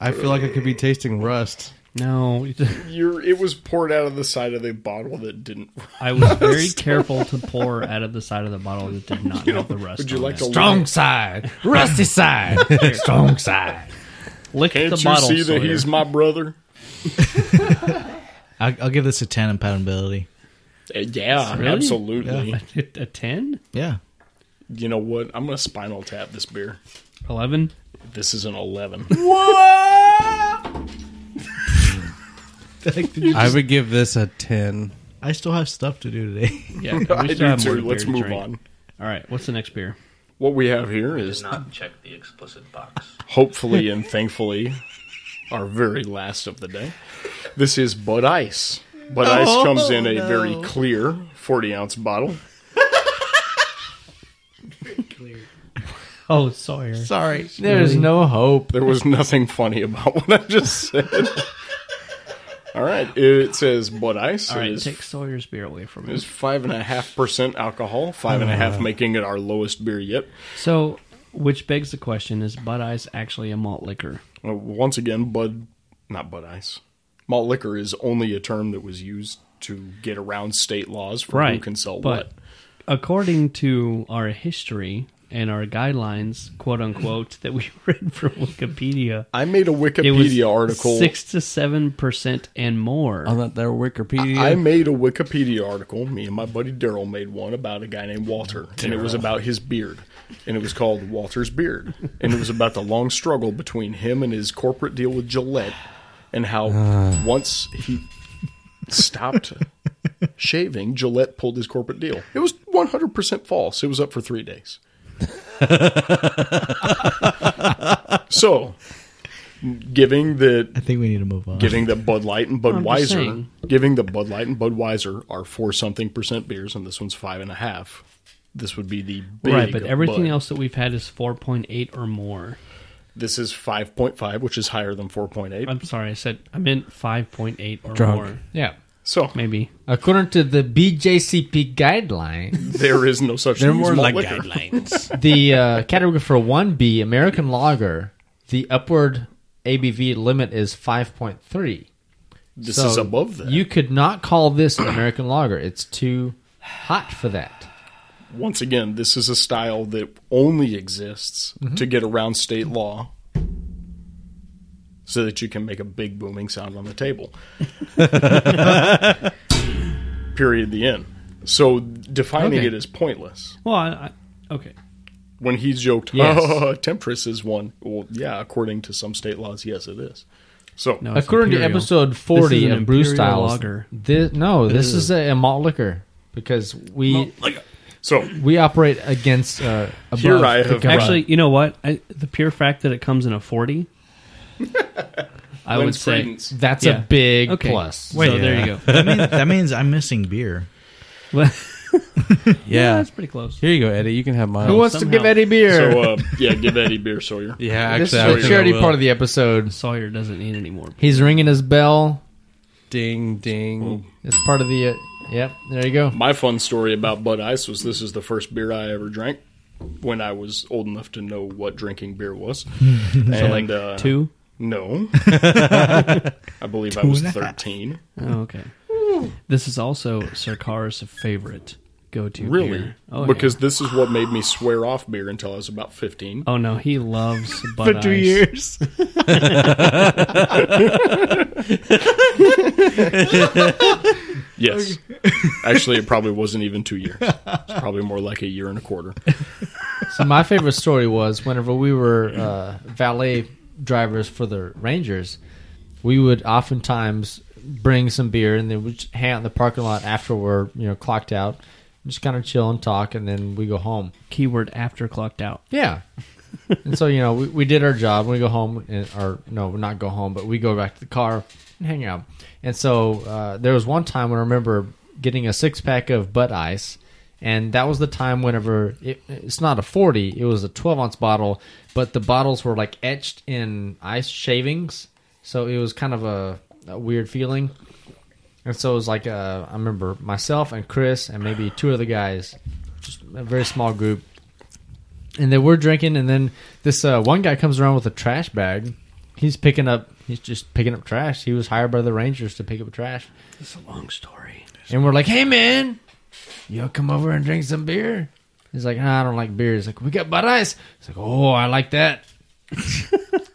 I feel like I could be tasting rust.
No,
You're, it was poured out of the side of the bottle that didn't.
I was very careful to pour out of the side of the bottle that did not have the rust.
Would you
on
like
it.
to
Strong
lick-
side, rusty side, strong side.
lick
Can't
the
you
bottle?
see that
Sawyer.
he's my brother?
I'll, I'll give this a 10 in poundability.
Uh, yeah,
Really?
absolutely.
a ten?
Yeah.
You know what? I'm gonna spinal tap this beer.
Eleven?
This is an 11.
I would give this a ten.
I still have stuff to do today.
Yeah. we still
I do
have more
too. Let's
beer to
move
drink.
on.
All right. What's the next beer?
What we have here
Did
is
not check the explicit box.
hopefully and thankfully our very last of the day. This is Bud Ice. Bud Ice comes in a very clear 40 ounce bottle.
Oh, Sawyer.
Sorry.
There's no hope.
There was nothing funny about what I just said. All right, it says Bud Ice.
All right,
it is
take Sawyer's beer away from me.
is five and a half percent alcohol, five and a
Uh.
half making it our lowest beer yet.
So, which begs the question: Is Bud Ice actually a malt liquor?
Uh, Once again, Bud, not Bud Ice, malt liquor is only a term that was used to get around state laws for who can sell
but
what.
according to our history and our guidelines, quote unquote, that we read from Wikipedia,
I made a
it was
Wikipedia article.
six to seven percent and more.
On that there Wikipedia.
I made a Wikipedia article. Me and my buddy Daryl made one about a guy named Walter, and it was about his beard, and it was called Walter's Beard, and it was about the long struggle between him and his corporate deal with Gillette, and how once he stopped shaving, Gillette pulled his corporate deal. It was 100% false. It was up for three days. So, giving that
I think we need to move on.
giving that Bud Light and
just
Budweiser,
saying.
giving the Bud Light and Budweiser are four something percent beers, and this one's five and a half. This would be the big
right, but everything
Bud.
else that we've had is 4.8 or more.
This is five point five, which is higher than four point eight.
I'm sorry, I said I meant 5.8 or
Drunk.
more.
Yeah.
So
Maybe.
According to the BJCP guidelines,
there is no such
They're
thing.
more
as
like
malt liquor.
Guidelines.
the uh, category for 1B, American Lager, the upward ABV limit is 5.3.
This
So
is above that.
You could not call this an American Lager. It's too hot for that.
Once again, this is a style that only exists to get around state law, so that you can make a big booming sound on the table. Period. The end. So defining
Okay.
it is pointless.
well, I, I, okay.
when he joked,
Yes.
"Oh, Temptress is one." Well, yeah, according to some state laws, yes, it is. So
No, it's
According to
imperial.
episode
This is
40
an
of Brew
imperial
Styles,
lager.
thi- no, this is a, a malt liquor because we
so
we operate against uh, above
Here I
the
have-
government.
Actually, you know what? I, the pure fact that it comes in a 40, I would
Lends
say.
credence.
that's
yeah.
a big
Okay.
plus.
so there you go.
that, means, that means I'm missing beer.
Well,
Yeah.
that's pretty close.
Here you go, Eddie. You can have mine.
Who wants
somehow.
to give Eddie beer?
so uh, yeah, give Eddie beer Sawyer.
Yeah,
this
actually, I
is
think
the
I
charity
will.
part of the episode.
Sawyer doesn't need any more.
Uh-huh.
He's ringing his bell.
Ding, ding.
It's part of the. Uh, yep, there you go.
My fun story about Bud Ice was this is the first beer I ever drank when I was old enough to know what drinking beer was. and, uh,
Two?
No, I believe I was thirteen.
Oh, okay. This is also Sarkar's favorite go-to
Really?
beer. Oh, yeah.
because this is what made me swear off beer until I was about fifteen.
Oh no, he loves Bud
two
Ice.
years.
Yes, actually, it probably wasn't even two years. It's probably more like a year and a quarter.
So my favorite story was whenever we were uh, valet drivers for the Rangers, we would oftentimes bring some beer and then we would hang out in the parking lot after we're you know clocked out, just kind of chill and talk, and then we go home.
Keyword after clocked out.
Yeah. and so you know we, we did our job. We go home and or no, not go home, but we go back to the car and hang out. And so uh, there was one time when I remember getting a six pack of Bud Ice, and that was the time whenever it, it's not a forty, it was a twelve ounce bottle, but the bottles were like etched in ice shavings, so it was kind of a, a weird feeling. And so it was like uh, I remember myself and Chris and maybe two other guys, just a very small group and they were drinking and then this uh, one guy comes around with a trash bag he's picking up he's just picking up trash he was hired by the rangers to pick up trash
It's a long story.
and we're like hey man you all come over and drink some beer he's like nah, i don't like beer he's like we got bud ice he's like oh i like that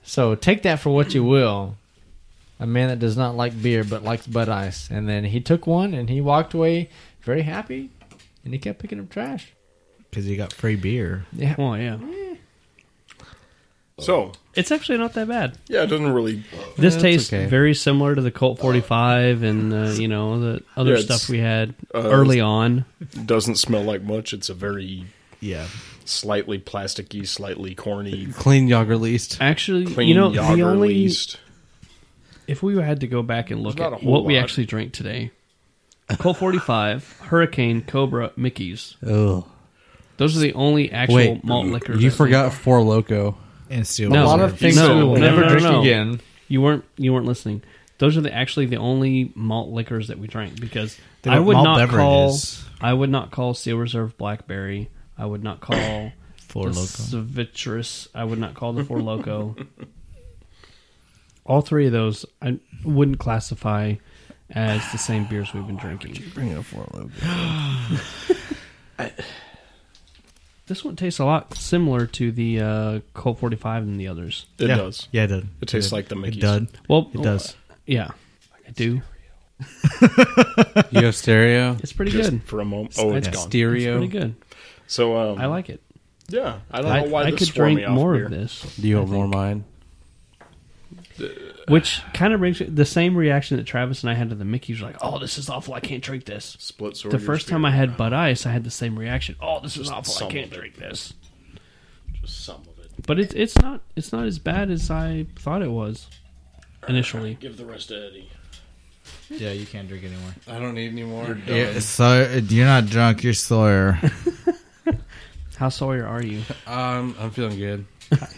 so take that for what you will a man that does not like beer but likes bud ice and then he took one and he walked away very happy and he kept picking up trash
Because you got free beer.
yeah
Well, Oh, yeah.
So
It's actually not that bad.
yeah, it doesn't really
This tastes
okay.
very similar to the Colt 45 and uh, you know the other
Yeah, it's,
stuff we had
uh,
early on.
doesn't smell like much. It's a very
Yeah.
slightly plasticky, slightly corny,
Clean yogurt least.
Actually,
clean
you know the
yager
only
yeast.
if we had to go back and look
There's not
at
a whole
what we
lot.
actually drank today, Colt 45, Hurricane, Cobra, Mickey's.
Oh,
Those are the only actual
wait,
malt liquors.
You
I think.
forgot Four Loco.
And still,
a
No.
lot
reserve.
of things
No,
that we will
no,
never
no,
drink
no.
again
You weren't you weren't listening. Those are the, actually the only malt liquors that we drank because
They
I
were
would
malt
not
beverages.
call I would not call Steel Reserve Blackberry. I would not call
Four
the
Loko.
Civitrus. I would not call the Four Loco. All three of those I wouldn't classify as the same beers we've been drinking.
Bring up Four Loco.
This one tastes a lot similar to the uh, Colt 45 and the others.
It
yeah.
does.
Yeah, it does.
It tastes
did.
like the Mickey's. Oh.
It does.
Well,
It does.
Yeah, I do.
You have stereo.
It's pretty
Just
good.
for a moment. Oh, it's
It's
gone.
It's
Stereo.
pretty good.
So um,
I like it.
Yeah, I don't
I,
know why
I
this
could
swore me
drink
off
more
beer.
of this,
Do you want more mine?
which kind of brings the same reaction that Travis and I had to the Mickey's. Like, oh, this is awful. I can't drink this.
Split
The first time I had Bud Ice, I had the same reaction. Oh, this is awful. I
some
can't
of it.
drink this.
some of it.
But it's it's not it's not as bad as I thought it was initially.
Give the rest to Eddie.
Yeah, you can't drink anymore.
I don't need any more.
Yeah, so you're not drunk. You're Sawyer.
How Sawyer are you?
Um, I'm feeling good.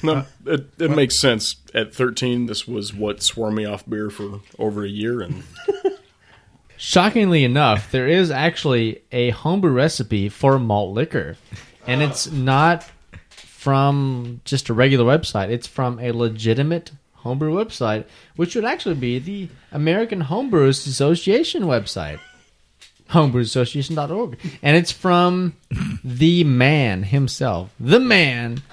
No, it, it makes sense. At 13, this was what swore me off beer for over a year, and
Shockingly enough, there is actually a homebrew recipe for malt liquor, and it's not from just a regular website. It's from a legitimate homebrew website, which would actually be the American Homebrewers Association website, homebrewassociation.org, and it's from the man himself, the man.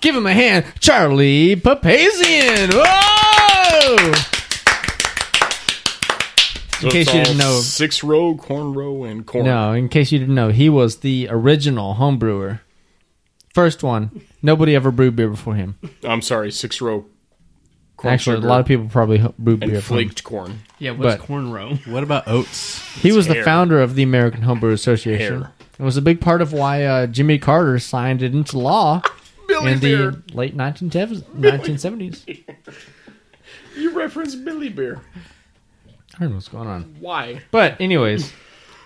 Give him a hand, Charlie Papazian. Whoa!
so
In case
it's
you
all
didn't know-
six row, corn row, and corn.
No, in case you didn't know, he was the original homebrewer. First one. Nobody ever brewed beer before him.
I'm sorry, six row. Corn
Actually,
sugar
a lot of people probably ho- brewed beer
and
from him.
flaked corn.
Yeah, what's
But-
cornrow?
What about oats?
He was the
hair.
founder of the American Homebrew Association.
Hair.
It was a big part of why uh, Jimmy Carter signed it into law in the late 1970s. 1970s.
You referenced Billy Beer.
I don't know what's going on.
Why?
But anyways,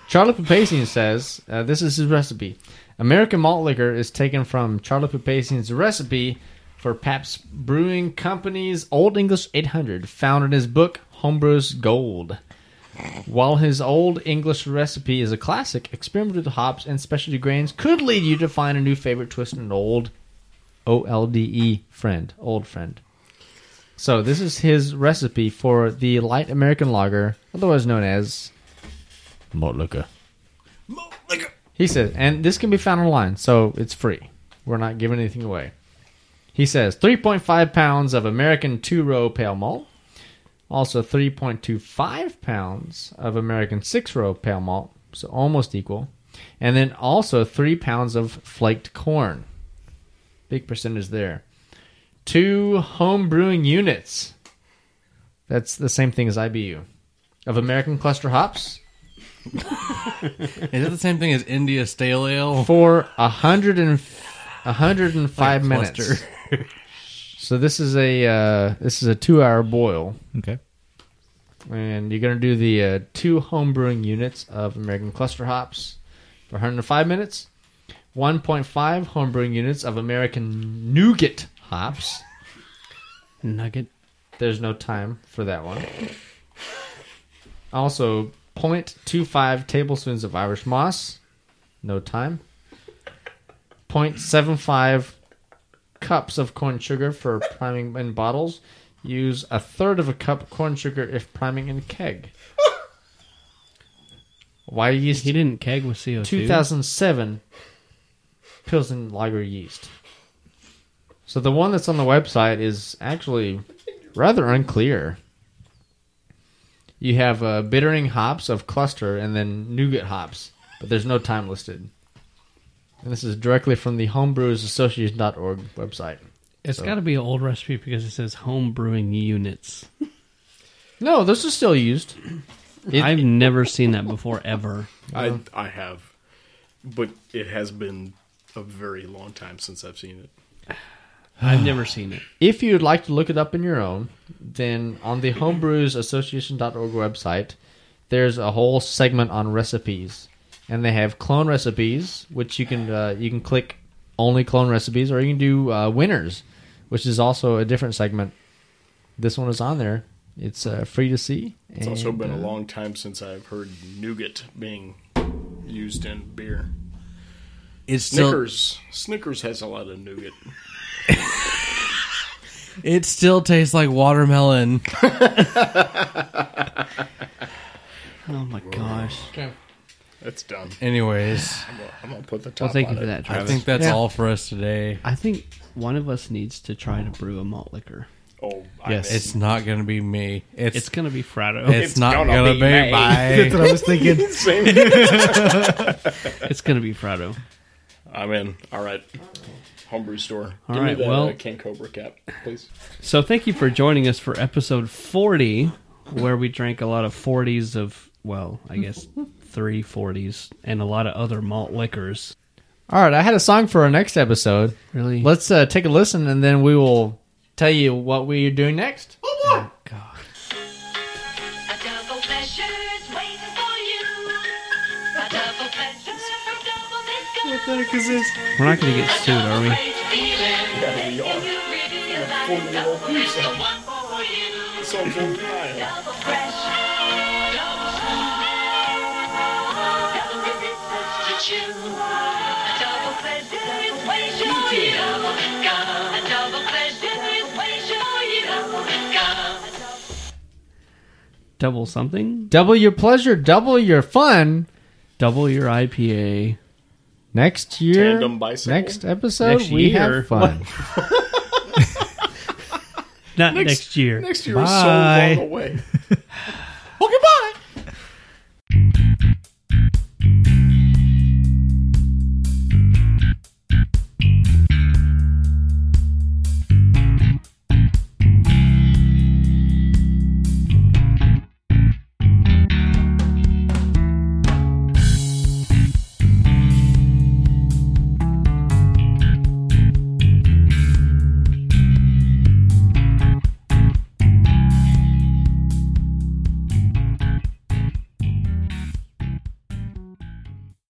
Charlie Papazian says uh, this is his recipe. American malt liquor is taken from Charlie Papazian's recipe for Pabst Brewing Company's Old English 800, found in his book Homebrew's Gold. While his Old English recipe is a classic, experiment with hops and specialty grains could lead you to find a new favorite twist in an old O L D E friend, old friend. So this is his recipe for the light American lager, otherwise known as malt liquor. He says, and this can be found online, so it's free. We're not giving anything away. He says 3.5 pounds of American two row pale malt, also 3.25 pounds of American six row pale malt, so almost equal, and then also 3 pounds of flaked corn. Big percentage there two home brewing units. That's the same thing as IBU of American cluster hops
Is that the same thing as India stale ale?
for a hundred and a hundred and five
Oh. Like
minutes.
cluster.
so this is a uh, this is a two hour boil,
Okay.
and you're gonna do the uh, two home brewing units of American cluster hops for 105 minutes, 1.5 home brewing units of American nougat hops.
Nugget.
There's no time for that one. Also, 0.25 tablespoons of Irish moss. No time. 0.75 cups of corn sugar for priming in bottles. Use a third of a cup corn sugar if priming in keg. Why yeast
He didn't keg with CO2.
2007 Pilsen Lager yeast. So the one that's on the website is actually rather unclear. You have uh, bittering hops of cluster and then nougat hops, but there's no time listed. And this is directly from the homebrewersassociation.org website.
It's got to be an old recipe because it says home brewing units.
No, those are still used. It-
I've never seen that before ever.
I I have, but it has been a very long time since I've seen it.
I've never seen it.
If you'd like to look it up on your own, then on the homebrewsassociation.org website, there's a whole segment on recipes, and they have clone recipes, which you can uh, you can click only clone recipes, or you can do uh, winners, which is also a different segment. This one is on there. It's uh, free to see. uh,
It's also been
uh,
a long time since I've heard nougat being used in beer.
It's
Snickers. Snickers has a lot of nougat.
It still tastes like watermelon.
Oh my gosh.
That's dumb.
Anyways,
I'm gonna put the top.
Well, thank you
on
for
it.
that,
I
Travis.
think that's all for us today.
I think one of us needs to try to brew a malt liquor.
Oh,
Yes.
I
It's not going to be me. It's
It's
it's,
gonna be Fratto.
not
gonna
going to
be
be,
me.
That's
my.
what I was thinking.
It's gonna be Fratto.
am in. All right. Homebrew store.
All
Give
right,
me that
well-
uh, King Cobra cap, please.
So thank you for joining us for episode forty, where we drank a lot of forties of well, I guess three forties and a lot of other malt liquors.
All right, I had a song for our next episode. Really? Let's uh, take a listen, and then we will tell you what we are doing next.
A double pleasure's waiting for you. A double pleasure from double disco. What the heck is this?
We're not going to get sued, are we?
Yeah, we are. Forty-year-old pizza. So Double fresh. Double smooth. Double resistance to chew. A double pleasure is waiting for you. Double gum. A double pleasure is waiting for you. Double gum.
Double something?
Double your pleasure, double your fun.
Double your IPA.
Next year,
Tandem bicycle?
next episode,
Next
we
year.
have fun.
Not next, year. uh,
Next year is so long away.